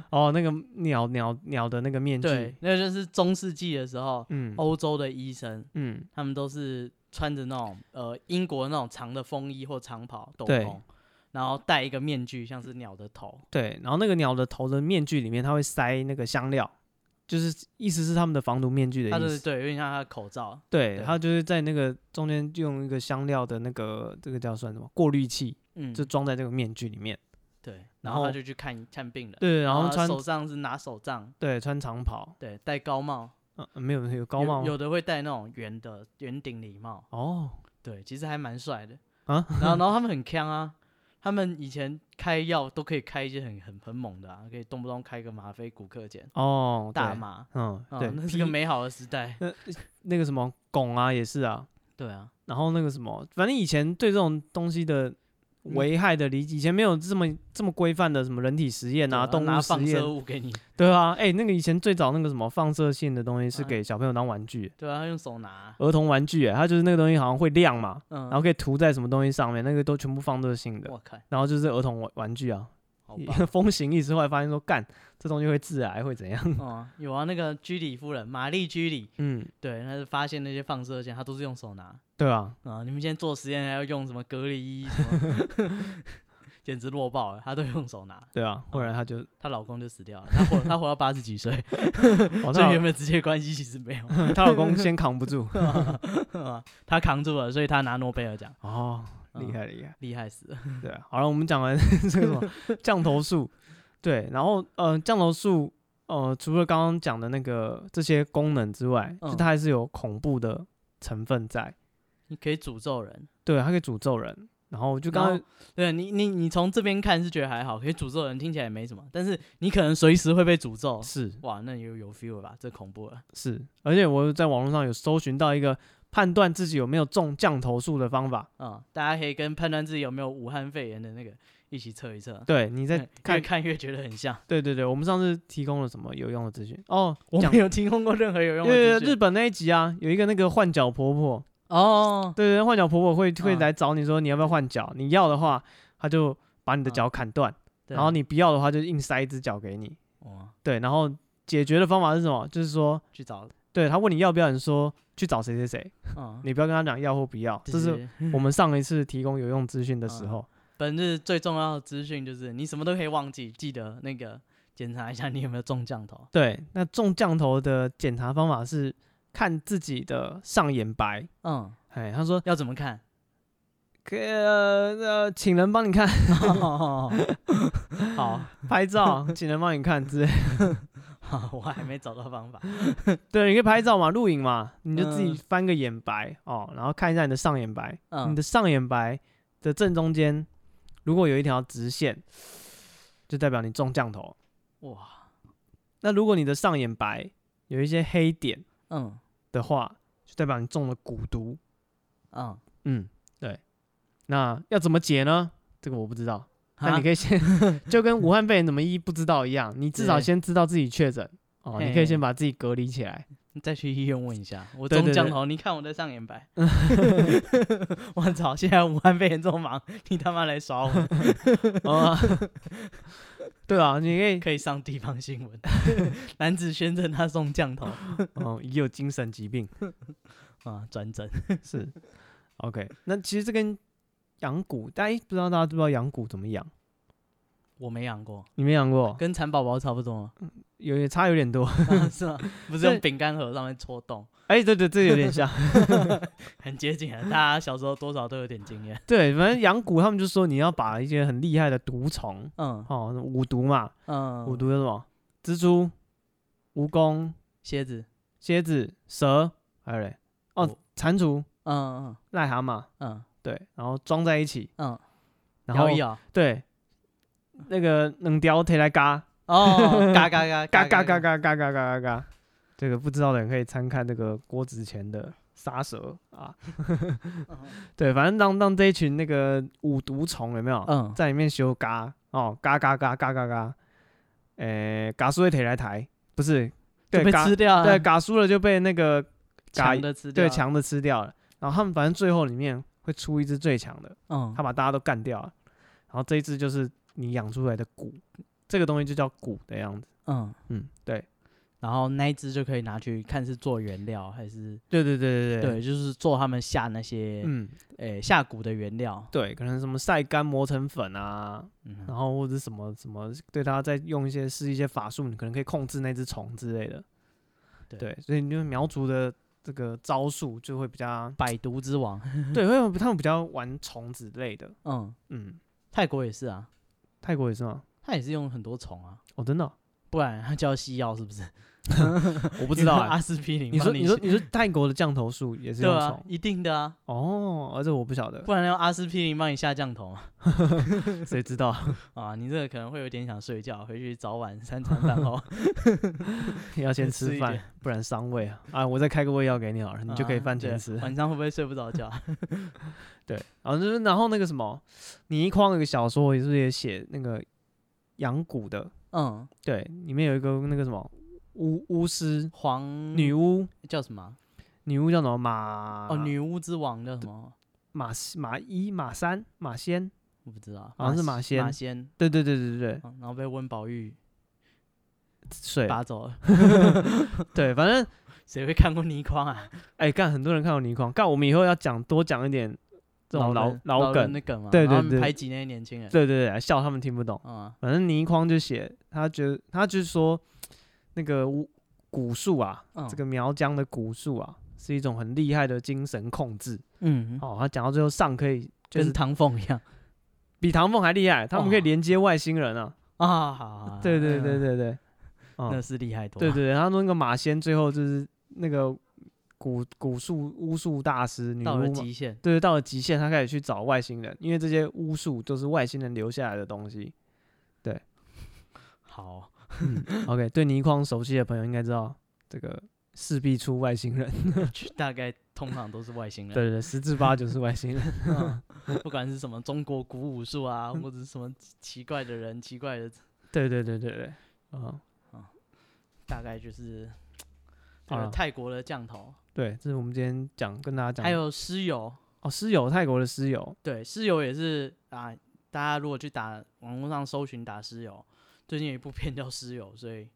[SPEAKER 1] 哦，那个鸟鸟鸟的那个面具，
[SPEAKER 2] 对，哦那就是中世纪的时候，
[SPEAKER 1] 嗯
[SPEAKER 2] 欧洲的医生
[SPEAKER 1] 嗯，
[SPEAKER 2] 他们都是穿着那种呃英国那种长的风衣或长袍斗
[SPEAKER 1] 对
[SPEAKER 2] 篷，然后戴一个面具，像是鸟的头，
[SPEAKER 1] 对。然后那个鸟的头的面具里面，它会塞那个香料，就是意思是他们的防毒面具
[SPEAKER 2] 他
[SPEAKER 1] 的意
[SPEAKER 2] 就是
[SPEAKER 1] 思。
[SPEAKER 2] 对，有点像他的口罩，
[SPEAKER 1] 对，
[SPEAKER 2] 对
[SPEAKER 1] 它就是在那个中间用一个香料的那个这个叫算什么过滤器，
[SPEAKER 2] 嗯，
[SPEAKER 1] 就装在这个面具里面，
[SPEAKER 2] 对，
[SPEAKER 1] 然
[SPEAKER 2] 然后
[SPEAKER 1] 后
[SPEAKER 2] 他就去看看病人，
[SPEAKER 1] 对，然后
[SPEAKER 2] 他
[SPEAKER 1] 穿
[SPEAKER 2] 手上是拿手杖，
[SPEAKER 1] 对穿长袍，
[SPEAKER 2] 对，戴高帽，
[SPEAKER 1] 嗯、呃，没有有高
[SPEAKER 2] 有
[SPEAKER 1] 帽吗
[SPEAKER 2] 有的会戴那种圆的圆顶礼帽，
[SPEAKER 1] 哦，
[SPEAKER 2] 对，其实还蛮帅的
[SPEAKER 1] 啊。
[SPEAKER 2] 然后然后他们很强啊，他们以前开药都可以开一些很很很猛的啊，可以动不动开个吗啡、骨科碱、
[SPEAKER 1] 哦，
[SPEAKER 2] 大
[SPEAKER 1] 对，
[SPEAKER 2] 麻，
[SPEAKER 1] 嗯，
[SPEAKER 2] 啊
[SPEAKER 1] 对，
[SPEAKER 2] 那是个
[SPEAKER 1] P-
[SPEAKER 2] 美好的时代。
[SPEAKER 1] 那那个什么汞啊也是啊，
[SPEAKER 2] 对啊，
[SPEAKER 1] 然后那个什么，反正以前对这种东西
[SPEAKER 2] 嗯
[SPEAKER 1] 的危害的理解，以前没有这么这么规范的什么人体实验啊、
[SPEAKER 2] 对
[SPEAKER 1] 动
[SPEAKER 2] 拿
[SPEAKER 1] 物
[SPEAKER 2] 放
[SPEAKER 1] 实
[SPEAKER 2] 射
[SPEAKER 1] 验，
[SPEAKER 2] 物给你，
[SPEAKER 1] 对啊，哎、那个以前最早那个什么放射性的东西是
[SPEAKER 2] 啊
[SPEAKER 1] 给小朋友当玩具，
[SPEAKER 2] 对啊，他用手拿，
[SPEAKER 1] 儿童玩具、哎，它就是那个东西好像会亮嘛，
[SPEAKER 2] 嗯，
[SPEAKER 1] 然后可以涂在什么东西上面，那个都全部放射性的，
[SPEAKER 2] 我靠，
[SPEAKER 1] 然后就是儿童玩玩具啊，
[SPEAKER 2] 好棒
[SPEAKER 1] 风行一 时后来发现说干这东西会致癌会怎样？
[SPEAKER 2] 哦，有啊，那个居里夫人，玛丽居里，
[SPEAKER 1] 嗯，
[SPEAKER 2] 对，她是发现那些放射线，她都是用手拿
[SPEAKER 1] 对啊，
[SPEAKER 2] 啊。你们现在做实验还要用什么隔离衣什么， 简直弱爆了，她都用手拿。
[SPEAKER 1] 对啊，后来 他就，
[SPEAKER 2] 她老公就死掉了，她活她活到八十几岁，
[SPEAKER 1] 哦
[SPEAKER 2] 所以
[SPEAKER 1] 她，
[SPEAKER 2] 原本直接关系其实 没有 嗯
[SPEAKER 1] 老她老公先扛不住，
[SPEAKER 2] 她扛住了，所以她拿诺贝尔奖，
[SPEAKER 1] 哦，厉
[SPEAKER 2] 嗯
[SPEAKER 1] 害厉害。
[SPEAKER 2] 厉害死了。
[SPEAKER 1] 对啊，好了，我们讲完 这个什么降头术，对，然后呃，降头术呃，除了刚刚讲的那个这些功能之外，就
[SPEAKER 2] 嗯
[SPEAKER 1] 它还是有恐怖的成分在，
[SPEAKER 2] 你可以诅咒人，
[SPEAKER 1] 对，它可以诅咒人。然后就刚刚
[SPEAKER 2] 然后对你你你从这边看是觉得还好，可以诅咒人听起来也没什么，但是你可能随时会被诅咒。
[SPEAKER 1] 是
[SPEAKER 2] 哇，那有有 feel 了吧？这恐怖了。
[SPEAKER 1] 是，而且我在网络上有搜寻到一个判断自己有没有中降头术的方法，
[SPEAKER 2] 嗯，大家可以跟判断自己有没有武汉肺炎的那个一起测一测，
[SPEAKER 1] 对，你在
[SPEAKER 2] 嗯越
[SPEAKER 1] 看，
[SPEAKER 2] 看越觉得很 像。
[SPEAKER 1] 对对对，我们上次提供了什么有用的资讯哦，
[SPEAKER 2] 我
[SPEAKER 1] 讲
[SPEAKER 2] 没有提供过任何有用
[SPEAKER 1] 因为
[SPEAKER 2] 的资
[SPEAKER 1] 日
[SPEAKER 2] 讯
[SPEAKER 1] 本那一集啊，有一个那个换脚婆婆，
[SPEAKER 2] 哦，
[SPEAKER 1] 对对，换脚婆婆会会
[SPEAKER 2] 嗯
[SPEAKER 1] 来找你说你要不要换脚，你要的话，他就把你的
[SPEAKER 2] 嗯
[SPEAKER 1] 脚砍断，
[SPEAKER 2] 对
[SPEAKER 1] 然后你不要的话就硬塞一只脚给你。
[SPEAKER 2] 哇，
[SPEAKER 1] 对，然后解决的方法是什么？就是说，
[SPEAKER 2] 去找，
[SPEAKER 1] 对他问你要不要，你说去找谁谁谁，
[SPEAKER 2] 嗯，
[SPEAKER 1] 你不要跟他讲要或不要。 这是 我们上一次提供有用资讯的时
[SPEAKER 2] 嗯
[SPEAKER 1] 候，
[SPEAKER 2] 本日最重要的资讯，就是你什么都可以忘记，记得那个检查一下你有没有中降头。
[SPEAKER 1] 对，那中降头的检查方法是看自己的上眼白。
[SPEAKER 2] 嗯，
[SPEAKER 1] 哎，他说，
[SPEAKER 2] 要怎 么看？
[SPEAKER 1] 可呃呃，请人帮你看
[SPEAKER 2] 好，
[SPEAKER 1] 拍照，请人帮你看之类的
[SPEAKER 2] 好，我还没找到方法。
[SPEAKER 1] 对，你可以拍照嘛，录影嘛，你就自己
[SPEAKER 2] 嗯
[SPEAKER 1] 翻个眼白、哦，然后看一下你的上眼白，你
[SPEAKER 2] 嗯
[SPEAKER 1] 的，上眼白的正中间如果有一条直线，就代表你中降头。
[SPEAKER 2] 哇，
[SPEAKER 1] 那如果你的上眼白有一些黑点
[SPEAKER 2] 嗯
[SPEAKER 1] 的话，就代表你中了蛊毒。
[SPEAKER 2] 嗯，
[SPEAKER 1] 嗯，对。那要怎么解呢？这个我不知道。那
[SPEAKER 2] 哈
[SPEAKER 1] 你可以先就跟武汉肺炎怎么医不知道一样，你至少
[SPEAKER 2] 对
[SPEAKER 1] 先知道自己确诊哦，你可以
[SPEAKER 2] 嘿
[SPEAKER 1] 先把自己隔离起 来。
[SPEAKER 2] 你再去医院问 一下。我
[SPEAKER 1] 对
[SPEAKER 2] 中
[SPEAKER 1] 对
[SPEAKER 2] 降
[SPEAKER 1] 对
[SPEAKER 2] 头，你看我在上 眼白。 我操！现在武汉肺炎这么忙，你他妈来耍我，
[SPEAKER 1] 啊， 对啊，你可以
[SPEAKER 2] 可以上地方新闻。 男子宣称他中 降头
[SPEAKER 1] 哦，也有精神疾病
[SPEAKER 2] 啊，转诊。
[SPEAKER 1] 是 OK。那其实这跟养蛊，大家不知道大家知不知道养蛊怎么养？
[SPEAKER 2] 我没养过，
[SPEAKER 1] 你没养过？哦
[SPEAKER 2] 跟蚕宝宝差不 多吗？
[SPEAKER 1] 有点差有点 多。
[SPEAKER 2] 啊是吗？不是
[SPEAKER 1] 对
[SPEAKER 2] 用饼干盒上面戳洞，
[SPEAKER 1] 哎、对对，这有点像。
[SPEAKER 2] 很接近啊。大家小时候多少都有点 经验。
[SPEAKER 1] 对，反正养蛊他们就说你要把一些很厉害的毒虫，
[SPEAKER 2] 嗯
[SPEAKER 1] 哦，五毒嘛，
[SPEAKER 2] 嗯，
[SPEAKER 1] 五毒有什么？蜘蛛、蜈蚣、
[SPEAKER 2] 蝎子，
[SPEAKER 1] 蝎子、蛇，还有嘞，哦
[SPEAKER 2] 我，
[SPEAKER 1] 蟾蜍、
[SPEAKER 2] 嗯
[SPEAKER 1] 癞蛤蟆，
[SPEAKER 2] 嗯
[SPEAKER 1] 对，然后装在一起，
[SPEAKER 2] 嗯嗯，
[SPEAKER 1] 然后
[SPEAKER 2] 摇一摇。
[SPEAKER 1] 对，那个能雕提来嘎。
[SPEAKER 2] 哦，嘎嘎 嘎
[SPEAKER 1] 嘎嘎嘎，嘎嘎嘎嘎嘎。这个不知道的人可以参看那个郭子乾的《杀蛇》啊，
[SPEAKER 2] 嗯
[SPEAKER 1] 对，反正当当这一群那个五毒虫有没有
[SPEAKER 2] 嗯，
[SPEAKER 1] 在里面修嘎哦，嘎嘎嘎嘎嘎嘎，诶，嘎叔会铁来抬，不是，对
[SPEAKER 2] 就被
[SPEAKER 1] 嘎
[SPEAKER 2] 吃掉了，啊
[SPEAKER 1] 对，嘎叔了就被那个嘎
[SPEAKER 2] 强的吃掉
[SPEAKER 1] 对
[SPEAKER 2] 了，
[SPEAKER 1] 强的吃掉了，然后他们反正最后里面会出一只最强的，
[SPEAKER 2] 嗯
[SPEAKER 1] 他，把大家都干掉了，然后这一只就是你养出来的蛊，这个东西就叫蛊的样子，
[SPEAKER 2] 嗯，
[SPEAKER 1] 嗯，对，
[SPEAKER 2] 然后那一只就可以拿去看是做原料还是
[SPEAKER 1] 对对对对
[SPEAKER 2] 对，就是做他们下那些
[SPEAKER 1] 嗯，
[SPEAKER 2] 诶、下蛊的原料。
[SPEAKER 1] 对，可能什么晒干磨成粉啊，
[SPEAKER 2] 嗯
[SPEAKER 1] 然后或者什么什么，对它再用一些施一些法术，你可能可以控制那只虫之类的。
[SPEAKER 2] 对，
[SPEAKER 1] 对，所以你就苗族的这个招数就会比较
[SPEAKER 2] 百毒之王，
[SPEAKER 1] 对，会他们比较玩虫子类的，
[SPEAKER 2] 嗯，
[SPEAKER 1] 嗯，
[SPEAKER 2] 泰国也是啊，
[SPEAKER 1] 泰国也是吗？
[SPEAKER 2] 它也是用很多虫啊，
[SPEAKER 1] 哦， 真的哦、
[SPEAKER 2] 不然它叫西药是不是？
[SPEAKER 1] 我
[SPEAKER 2] 不
[SPEAKER 1] 不知道、
[SPEAKER 2] 阿
[SPEAKER 1] 欸。
[SPEAKER 2] 司匹林
[SPEAKER 1] 你说
[SPEAKER 2] 帮你
[SPEAKER 1] 你说你说泰国的降头术也是
[SPEAKER 2] 对
[SPEAKER 1] 用
[SPEAKER 2] 啊
[SPEAKER 1] 虫，
[SPEAKER 2] 一定的啊，
[SPEAKER 1] 哦，而且我不晓 得，
[SPEAKER 2] 不然要阿司匹林帮你下降头啊。
[SPEAKER 1] 谁知道
[SPEAKER 2] 啊，你这个可能会有点想睡觉，回去早晚三餐饭后
[SPEAKER 1] 要先
[SPEAKER 2] 吃
[SPEAKER 1] 吃
[SPEAKER 2] 一
[SPEAKER 1] 饭
[SPEAKER 2] 点，
[SPEAKER 1] 不然伤胃啊！啊，我再开个胃药给你好了， 你就可以
[SPEAKER 2] 啊
[SPEAKER 1] 饭前
[SPEAKER 2] 对
[SPEAKER 1] 吃。
[SPEAKER 2] 晚上会不会睡不着觉？啊
[SPEAKER 1] 对，然后就是然后那个什么，倪匡有个小说，也是也写那个养蛊的，
[SPEAKER 2] 嗯，
[SPEAKER 1] 对，里面有一个那个什么巫巫师
[SPEAKER 2] 黄
[SPEAKER 1] 女巫，啊
[SPEAKER 2] 叫什么啊？
[SPEAKER 1] 女巫叫什么马？
[SPEAKER 2] 哦，女巫之王叫什么？
[SPEAKER 1] 马西马一马三马仙？
[SPEAKER 2] 我不知道，
[SPEAKER 1] 好像是马
[SPEAKER 2] 马
[SPEAKER 1] 仙
[SPEAKER 2] 仙，
[SPEAKER 1] 对对对对对，对
[SPEAKER 2] 嗯然后被温宝玉
[SPEAKER 1] 睡
[SPEAKER 2] 拔走了。
[SPEAKER 1] 对，反正
[SPEAKER 2] 谁会看过倪匡啊？
[SPEAKER 1] 哎干，很多人看过倪匡，干我们以后要讲多讲一点这种老
[SPEAKER 2] 人
[SPEAKER 1] 老
[SPEAKER 2] 人
[SPEAKER 1] 梗
[SPEAKER 2] 的，梗嘛，
[SPEAKER 1] 对对
[SPEAKER 2] 然后他们
[SPEAKER 1] 对
[SPEAKER 2] 排挤那些年轻人。
[SPEAKER 1] 对对对，笑他们听不懂。
[SPEAKER 2] 嗯，
[SPEAKER 1] 反正倪匡就写，他觉得他就是说，那个巫蛊术啊，
[SPEAKER 2] 嗯
[SPEAKER 1] 这个苗疆的蛊术啊，是一种很厉害的精神控制。
[SPEAKER 2] 嗯，
[SPEAKER 1] 哦，他讲到最后上可以就是
[SPEAKER 2] 跟唐凤一样
[SPEAKER 1] 比唐凤还厉害，他们可以
[SPEAKER 2] 哇
[SPEAKER 1] 连接外星人啊。
[SPEAKER 2] 啊，好
[SPEAKER 1] 对对对，
[SPEAKER 2] 好
[SPEAKER 1] 对对，
[SPEAKER 2] 好那
[SPEAKER 1] 嗯，
[SPEAKER 2] 是厉害多
[SPEAKER 1] 对
[SPEAKER 2] 了。
[SPEAKER 1] 对对，他那个马仙最后就是那个蛊蛊术巫术大师女
[SPEAKER 2] 到了
[SPEAKER 1] 巫嘛。
[SPEAKER 2] 极限，
[SPEAKER 1] 对，到了极限，他开始去找外星人，因为这些巫术都是外星人留下来的东 西。
[SPEAKER 2] 好，
[SPEAKER 1] OK，对倪匡熟悉的朋友应该知道，这个势必出外星 人。
[SPEAKER 2] 就大概通常都是外星人。
[SPEAKER 1] 对对对，十之八九是外 星人。
[SPEAKER 2] 嗯不管是什么中国古武术
[SPEAKER 1] 嗯
[SPEAKER 2] 啊，或者是什么奇怪的人、奇怪的，
[SPEAKER 1] 对对对对对，啊、
[SPEAKER 2] 大概就是
[SPEAKER 1] 好
[SPEAKER 2] 呃
[SPEAKER 1] 了
[SPEAKER 2] 泰国的降头，
[SPEAKER 1] 对，这是我们今天讲跟大家讲。
[SPEAKER 2] 还有尸油，
[SPEAKER 1] 哦，尸友，泰国的尸友，
[SPEAKER 2] 对，尸油也是啊，大家如果去打网络上搜寻打尸油，最近有一部 片叫《尸油》，所以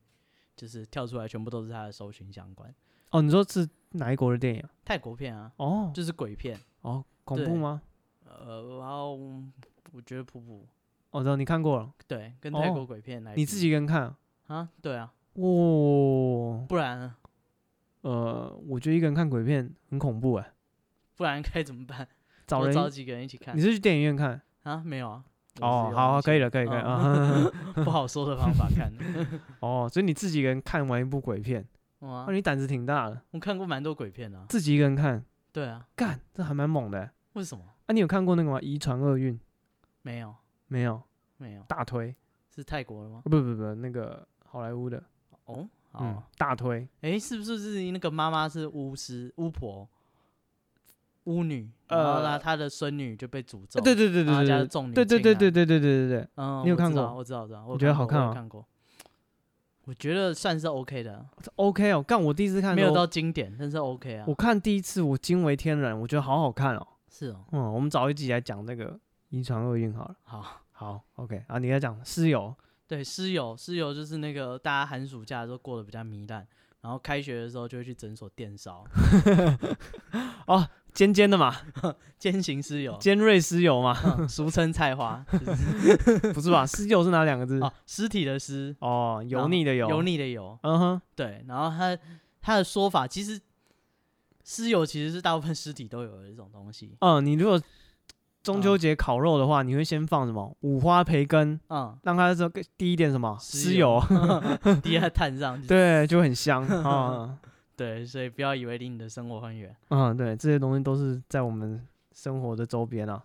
[SPEAKER 2] 就是跳出来全部都是它的搜寻相关
[SPEAKER 1] 哦，你说是哪一国的电影啊？
[SPEAKER 2] 泰国片啊，
[SPEAKER 1] 哦，
[SPEAKER 2] 就是鬼片，
[SPEAKER 1] 哦，恐怖
[SPEAKER 2] 对
[SPEAKER 1] 吗？
[SPEAKER 2] 呃，然后嗯我觉得普普
[SPEAKER 1] 我哦知道你看过了，
[SPEAKER 2] 对，跟泰国
[SPEAKER 1] 哦
[SPEAKER 2] 鬼片来比，
[SPEAKER 1] 你自己一个人看啊？
[SPEAKER 2] 啊，对啊，
[SPEAKER 1] 哇、
[SPEAKER 2] 不然呢
[SPEAKER 1] 呃，我觉得一个人看鬼片很恐怖哎、
[SPEAKER 2] 不然该怎么办？
[SPEAKER 1] 找
[SPEAKER 2] 我
[SPEAKER 1] 人，
[SPEAKER 2] 找几个人一起看
[SPEAKER 1] 你是去电影院看？
[SPEAKER 2] 啊？没有啊。
[SPEAKER 1] 哦，好好，可以
[SPEAKER 2] 了。
[SPEAKER 1] 了，可以，可以
[SPEAKER 2] 嗯
[SPEAKER 1] 啊。
[SPEAKER 2] 不好说的方法看的。
[SPEAKER 1] 哦，所以你自己一个人看完一部鬼片，
[SPEAKER 2] 哇
[SPEAKER 1] 哦，，你胆子挺大的，
[SPEAKER 2] 我看过蛮多鬼片啊。
[SPEAKER 1] 自己一个人看，
[SPEAKER 2] 对啊，
[SPEAKER 1] 干，这还蛮猛的、欸。
[SPEAKER 2] 为什么？
[SPEAKER 1] 啊，你有看过那个吗？《遗传厄运》
[SPEAKER 2] 没有，
[SPEAKER 1] 没有？
[SPEAKER 2] 没有，
[SPEAKER 1] 大推，哦
[SPEAKER 2] 是泰国的吗？
[SPEAKER 1] 不不不，那个好莱坞的，
[SPEAKER 2] 哦，
[SPEAKER 1] 嗯
[SPEAKER 2] 好，，
[SPEAKER 1] 大推，
[SPEAKER 2] 哎，是不是是那个妈妈是巫师、巫婆、巫女？
[SPEAKER 1] 呃
[SPEAKER 2] 然后呢，她的孙女就被诅咒。
[SPEAKER 1] 对对对
[SPEAKER 2] 然后
[SPEAKER 1] 对
[SPEAKER 2] 她家
[SPEAKER 1] 对，
[SPEAKER 2] 重女。
[SPEAKER 1] 对对对对。对对对对对，
[SPEAKER 2] 嗯，
[SPEAKER 1] 你有
[SPEAKER 2] 我知
[SPEAKER 1] 看
[SPEAKER 2] 道
[SPEAKER 1] 过
[SPEAKER 2] 我知道，我知道。我
[SPEAKER 1] 你觉得
[SPEAKER 2] 看
[SPEAKER 1] 好
[SPEAKER 2] 过
[SPEAKER 1] 看
[SPEAKER 2] 我有
[SPEAKER 1] 吗
[SPEAKER 2] 看过。我觉得算是 OK 的，
[SPEAKER 1] 这 OK 哦，干我第一次看的
[SPEAKER 2] 没
[SPEAKER 1] 时
[SPEAKER 2] 有
[SPEAKER 1] 候
[SPEAKER 2] 到，经典，但是 OK 啊
[SPEAKER 1] 我。看第一次我惊为天人，我觉得好好看哦，
[SPEAKER 2] 是哦，
[SPEAKER 1] 嗯，我们找一集来讲那个遗传厄运好了，
[SPEAKER 2] 好。
[SPEAKER 1] 好，OK 啊，你要讲室友，
[SPEAKER 2] 对，师友，师友就是那个大家寒暑假的时候过得比较糜烂，然后开学的时候就会去诊所电烧，
[SPEAKER 1] 尖尖的嘛，
[SPEAKER 2] 兼行 师友，
[SPEAKER 1] 尖锐室友嘛，
[SPEAKER 2] 嗯俗称菜花
[SPEAKER 1] 不 是吧？室友是哪两个字？
[SPEAKER 2] 哦，尸体的尸，
[SPEAKER 1] 哦，
[SPEAKER 2] 然
[SPEAKER 1] 油
[SPEAKER 2] 后
[SPEAKER 1] 腻的油，
[SPEAKER 2] 油，腻的油，
[SPEAKER 1] 嗯哼，
[SPEAKER 2] 对，然后他他的说法其实。尸油其实是大部分尸体都有的一种东西，
[SPEAKER 1] 嗯，你如果中
[SPEAKER 2] 嗯
[SPEAKER 1] 秋节烤肉的话，你会先放什么？五花培根。
[SPEAKER 2] 嗯，
[SPEAKER 1] 让它说滴一点什么
[SPEAKER 2] 尸
[SPEAKER 1] 哦尸油，
[SPEAKER 2] 滴在炭上，对
[SPEAKER 1] 对，就很 香啊。
[SPEAKER 2] 对，所以不要以为离你的生活很远，
[SPEAKER 1] 嗯，对，这些东西都是在我们生活的周边啊。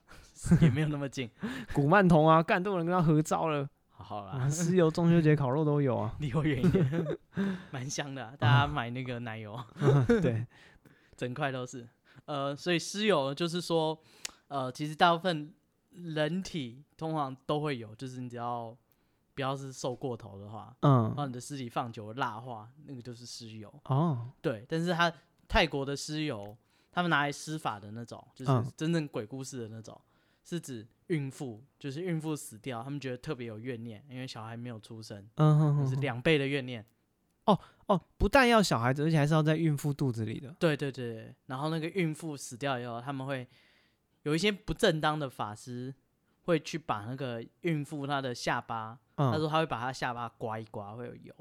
[SPEAKER 2] 也没有那么近。
[SPEAKER 1] 古曼童啊，干都有人跟他合照 了，
[SPEAKER 2] 好好啦
[SPEAKER 1] 啊，，尸油中秋节烤肉都有 啊。
[SPEAKER 2] 离我远一点， 蛮香的啊、大家买那个奶油。
[SPEAKER 1] 嗯对，
[SPEAKER 2] 整块都是。呃，所以尸油就是说，呃，其实大部分人体通常都会有，就是你只要不要是瘦过头的话，然后
[SPEAKER 1] 嗯，
[SPEAKER 2] 你的尸体放久了蜡化，那个就是尸油。
[SPEAKER 1] 哦，
[SPEAKER 2] 对，但是它泰国的尸油，他们拿来施法的那种，就是
[SPEAKER 1] 嗯
[SPEAKER 2] 真正鬼故事的那种，是指孕妇，就是孕妇死掉，他们觉得特别有怨念，因为小孩没有出生，
[SPEAKER 1] 嗯哼
[SPEAKER 2] 就是
[SPEAKER 1] 哼哼，
[SPEAKER 2] 两倍的怨念。
[SPEAKER 1] 哦，不但要小孩子，而且还是要在孕妇肚子里的。
[SPEAKER 2] 对对对，然后那个孕妇死掉以后，他们会有一些不正当的法师会去把那个孕妇她的下巴，他
[SPEAKER 1] 嗯，
[SPEAKER 2] 说他会把她下巴刮一刮，会有油，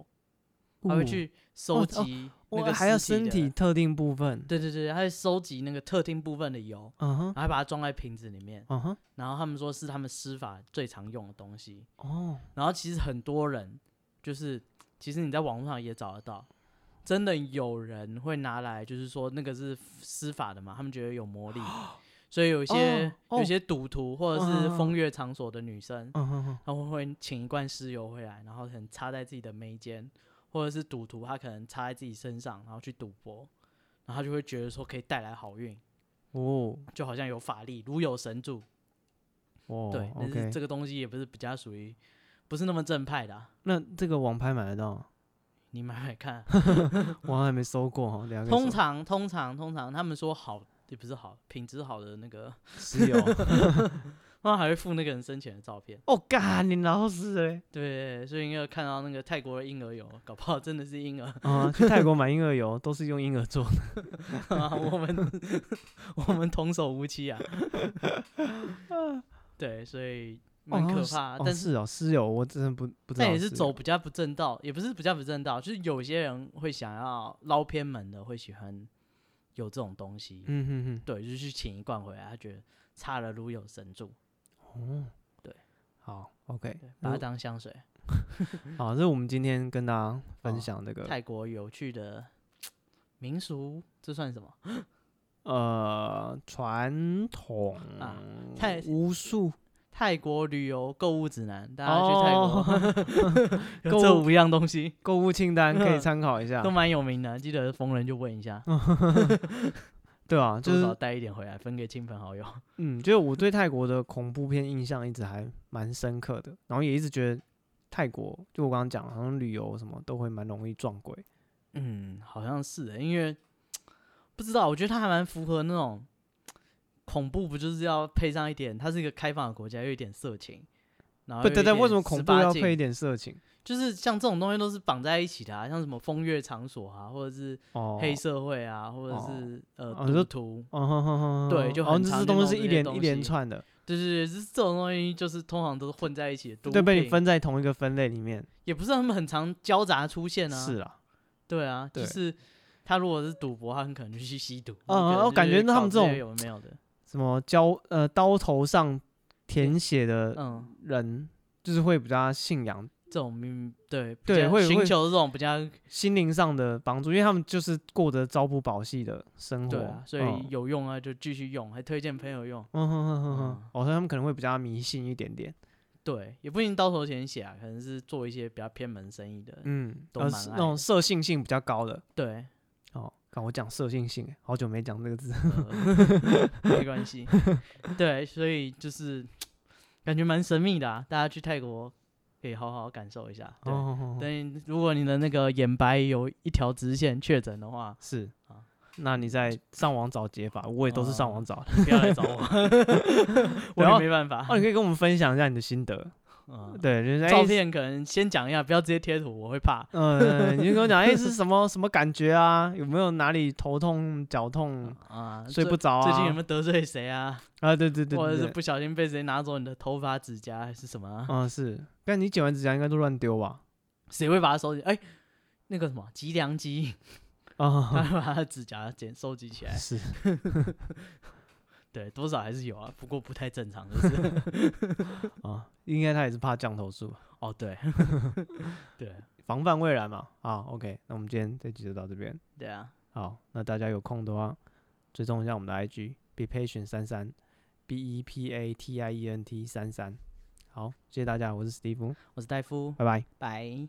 [SPEAKER 2] 还会
[SPEAKER 1] 物
[SPEAKER 2] 去收
[SPEAKER 1] 哦
[SPEAKER 2] 集那
[SPEAKER 1] 我
[SPEAKER 2] 个
[SPEAKER 1] 还有
[SPEAKER 2] 尸体
[SPEAKER 1] 身
[SPEAKER 2] 的
[SPEAKER 1] 体，特定部分，
[SPEAKER 2] 对对对，他会收集那个特定部分的油，
[SPEAKER 1] 嗯哼，
[SPEAKER 2] 然后还把它装在瓶子里面，
[SPEAKER 1] 嗯哼，
[SPEAKER 2] 然后他们说是他们施法最常用的东西。
[SPEAKER 1] 哦，
[SPEAKER 2] 然后其实很多人就是，其实你在网络上也找得到，真的有人会拿来，就是说那个是施法的嘛，他们觉得 有魔力，所以有一些、
[SPEAKER 1] 哦
[SPEAKER 2] 有些赌徒或者是
[SPEAKER 1] 嗯嗯嗯
[SPEAKER 2] 风月场所的女生，
[SPEAKER 1] 嗯哼哼，
[SPEAKER 2] 她们会请一罐尸油回来，然后可能插在自己的眉间，或者是赌徒他可能插在自己身上，然后去赌博，然后他就会觉得说可以带来好运，
[SPEAKER 1] 哦，
[SPEAKER 2] 就好像有法力，如有神助。
[SPEAKER 1] 哦，
[SPEAKER 2] 对，但是
[SPEAKER 1] ，OK，
[SPEAKER 2] 这个东西也不是比较属于不是那么正派的啊、
[SPEAKER 1] 那这个网拍买得
[SPEAKER 2] 嗯
[SPEAKER 1] 到吗？
[SPEAKER 2] 你买买看啊。
[SPEAKER 1] 我好像还没收过哈，两个
[SPEAKER 2] 通常通常通常他们说好也不是好，品质好的那个，
[SPEAKER 1] 石 油。
[SPEAKER 2] 他们还会附那个人生前的照片。
[SPEAKER 1] 哦，干你老死嘞！
[SPEAKER 2] 对，所以你有看到那个泰国的婴儿油，搞不好真的是婴儿。
[SPEAKER 1] 啊，去泰国买婴儿油都是用婴儿做的。
[SPEAKER 2] 啊我们我们童叟 无欺啊。对，所以蛮可怕，
[SPEAKER 1] 哦
[SPEAKER 2] 但
[SPEAKER 1] 是哦，是油我真的不不知道。
[SPEAKER 2] 但也是走，比较不正道，也不是比较不正道，就是有些人会想要捞偏门的，会喜欢有这种东西。
[SPEAKER 1] 嗯哼哼，
[SPEAKER 2] 对，就是去请一罐回来，他觉得擦了如有神助，
[SPEAKER 1] 哦，
[SPEAKER 2] 对，
[SPEAKER 1] 好，OK，
[SPEAKER 2] 对，把它当香水。
[SPEAKER 1] 好，这是我们今天跟大家
[SPEAKER 2] 哦
[SPEAKER 1] 分享这个
[SPEAKER 2] 泰国有趣的民俗，这算什么？
[SPEAKER 1] 呃传统
[SPEAKER 2] 啊泰
[SPEAKER 1] 巫术，
[SPEAKER 2] 泰国旅游购物指南，大家去泰国、
[SPEAKER 1] 哦
[SPEAKER 2] 有
[SPEAKER 1] 购
[SPEAKER 2] 这
[SPEAKER 1] 物
[SPEAKER 2] 五样东西
[SPEAKER 1] 购物清单可以参考一下
[SPEAKER 2] 都。蛮有名的，记得逢人就问一下，
[SPEAKER 1] 对 啊，嗯就
[SPEAKER 2] 多少
[SPEAKER 1] 是
[SPEAKER 2] 带一点回来分给亲朋好友。
[SPEAKER 1] 嗯，就是我对泰国的恐怖片印象一直还蛮深刻的，然后也一直觉得泰国，就我刚刚讲的，好像旅游什么都会蛮容易撞鬼。
[SPEAKER 2] 嗯，好像是欸，因为不知道，我觉得它还蛮符合那种恐怖，不就是要配上一点？它是一个开放的国家，又有一点色情。然后
[SPEAKER 1] 不，
[SPEAKER 2] 又
[SPEAKER 1] 对
[SPEAKER 2] 有一
[SPEAKER 1] 对，为
[SPEAKER 2] 点
[SPEAKER 1] 什么恐怖
[SPEAKER 2] 18
[SPEAKER 1] 要
[SPEAKER 2] 禁
[SPEAKER 1] 配一点色情？
[SPEAKER 2] 就是像这种东西都是绑在一起的、啊，像什么风月场所啊，或者是
[SPEAKER 1] 哦，
[SPEAKER 2] 黑社会啊，或者
[SPEAKER 1] 哦
[SPEAKER 2] 是、
[SPEAKER 1] 哦
[SPEAKER 2] 呃
[SPEAKER 1] 你
[SPEAKER 2] 赌
[SPEAKER 1] 说
[SPEAKER 2] 徒，
[SPEAKER 1] 哦，哼哼哼
[SPEAKER 2] 对
[SPEAKER 1] 哼
[SPEAKER 2] 就
[SPEAKER 1] 哦，
[SPEAKER 2] 很
[SPEAKER 1] 这
[SPEAKER 2] 常
[SPEAKER 1] 些
[SPEAKER 2] 见
[SPEAKER 1] 东
[SPEAKER 2] 到
[SPEAKER 1] 西
[SPEAKER 2] 这
[SPEAKER 1] 一
[SPEAKER 2] 些
[SPEAKER 1] 连
[SPEAKER 2] 东
[SPEAKER 1] 一连
[SPEAKER 2] 西
[SPEAKER 1] 串的，
[SPEAKER 2] 对对对，就是这种东西就是通常都是混在一起的，毒
[SPEAKER 1] 对，被你
[SPEAKER 2] 品
[SPEAKER 1] 分在同一个分类里面。
[SPEAKER 2] 也不是他们很常交杂出现啊，
[SPEAKER 1] 是啊，
[SPEAKER 2] 对啊，
[SPEAKER 1] 对
[SPEAKER 2] 就是他如果是赌博，他很可能就去吸毒，
[SPEAKER 1] 嗯
[SPEAKER 2] 有可能
[SPEAKER 1] 我感
[SPEAKER 2] 就是
[SPEAKER 1] 觉他
[SPEAKER 2] 搞
[SPEAKER 1] 们这
[SPEAKER 2] 些
[SPEAKER 1] 种
[SPEAKER 2] 有的没有的，
[SPEAKER 1] 什么刀呃刀头上填写的
[SPEAKER 2] 嗯，
[SPEAKER 1] 人，就是会比较信仰
[SPEAKER 2] 这种明对比
[SPEAKER 1] 对
[SPEAKER 2] 较
[SPEAKER 1] 会
[SPEAKER 2] 寻
[SPEAKER 1] 会
[SPEAKER 2] 求这种比较
[SPEAKER 1] 心灵上的帮助，因为他们就是过着朝不保夕的生活。嗯
[SPEAKER 2] 对啊，所以有用啊就继续用，还推荐朋友用，
[SPEAKER 1] 嗯哼哼哼
[SPEAKER 2] 嗯
[SPEAKER 1] 哼，哦，所以他们可能会比较迷信一点点，
[SPEAKER 2] 对，也不一定到头前写啊，可能是做一些比较偏门生意的，
[SPEAKER 1] 嗯，
[SPEAKER 2] 都
[SPEAKER 1] 呃，
[SPEAKER 2] 蛮
[SPEAKER 1] 是
[SPEAKER 2] 爱
[SPEAKER 1] 那种
[SPEAKER 2] 的
[SPEAKER 1] 色性性比较高的。
[SPEAKER 2] 对，
[SPEAKER 1] 哦，看我讲色性性，好久没讲这个字。
[SPEAKER 2] 呃 没 关系。对，所以就是感觉蛮神秘的啊，大家去泰国可以好好感受一下。对，
[SPEAKER 1] 哦，哦哦
[SPEAKER 2] 但如果你的那个眼白有一条直线确诊的 话，
[SPEAKER 1] 是
[SPEAKER 2] 啊
[SPEAKER 1] 那你在上网找解法，我也都是上
[SPEAKER 2] 嗯
[SPEAKER 1] 网找的。
[SPEAKER 2] 不要 来找我，我
[SPEAKER 1] 然
[SPEAKER 2] 也
[SPEAKER 1] 后哦
[SPEAKER 2] 没办法
[SPEAKER 1] 哦，。你可以跟我们分享一下你的心得。
[SPEAKER 2] 嗯，
[SPEAKER 1] 对，就是
[SPEAKER 2] 照，片可能先讲一下，不要直接贴图，我会怕。
[SPEAKER 1] 哎嗯，对你就跟我讲， 哎，是什么什么感觉啊？有没有哪里头痛、脚痛、
[SPEAKER 2] 啊，
[SPEAKER 1] 睡
[SPEAKER 2] 最
[SPEAKER 1] 嗯不着啊？
[SPEAKER 2] 最近有没有得罪谁啊？
[SPEAKER 1] 啊？对对对，
[SPEAKER 2] 或者
[SPEAKER 1] 对
[SPEAKER 2] 是
[SPEAKER 1] 对
[SPEAKER 2] 不小心被谁拿走你的头发、指甲还是什么啊？
[SPEAKER 1] 嗯是，但你剪完指甲应该都乱丢吧？
[SPEAKER 2] 谁会把它收集？哎，那个什么吉良鸡，他
[SPEAKER 1] 啊，
[SPEAKER 2] 会把他的指甲剪收集起来。
[SPEAKER 1] 是，
[SPEAKER 2] 对，多少还是有啊，不过不太正常，就是
[SPEAKER 1] 啊，应该他也是怕降头术吧，
[SPEAKER 2] 哦，对， 对啊
[SPEAKER 1] 防范未然嘛。啊，OK，那我们今天这集就到这边。
[SPEAKER 2] 对啊，
[SPEAKER 1] 好，那大家有空的话，追踪一下我们的 IG be patient 三三 b e p a t i e n t 三三。好，谢谢大家，我是史蒂夫，
[SPEAKER 2] 我是戴夫，
[SPEAKER 1] 拜拜。
[SPEAKER 2] 拜。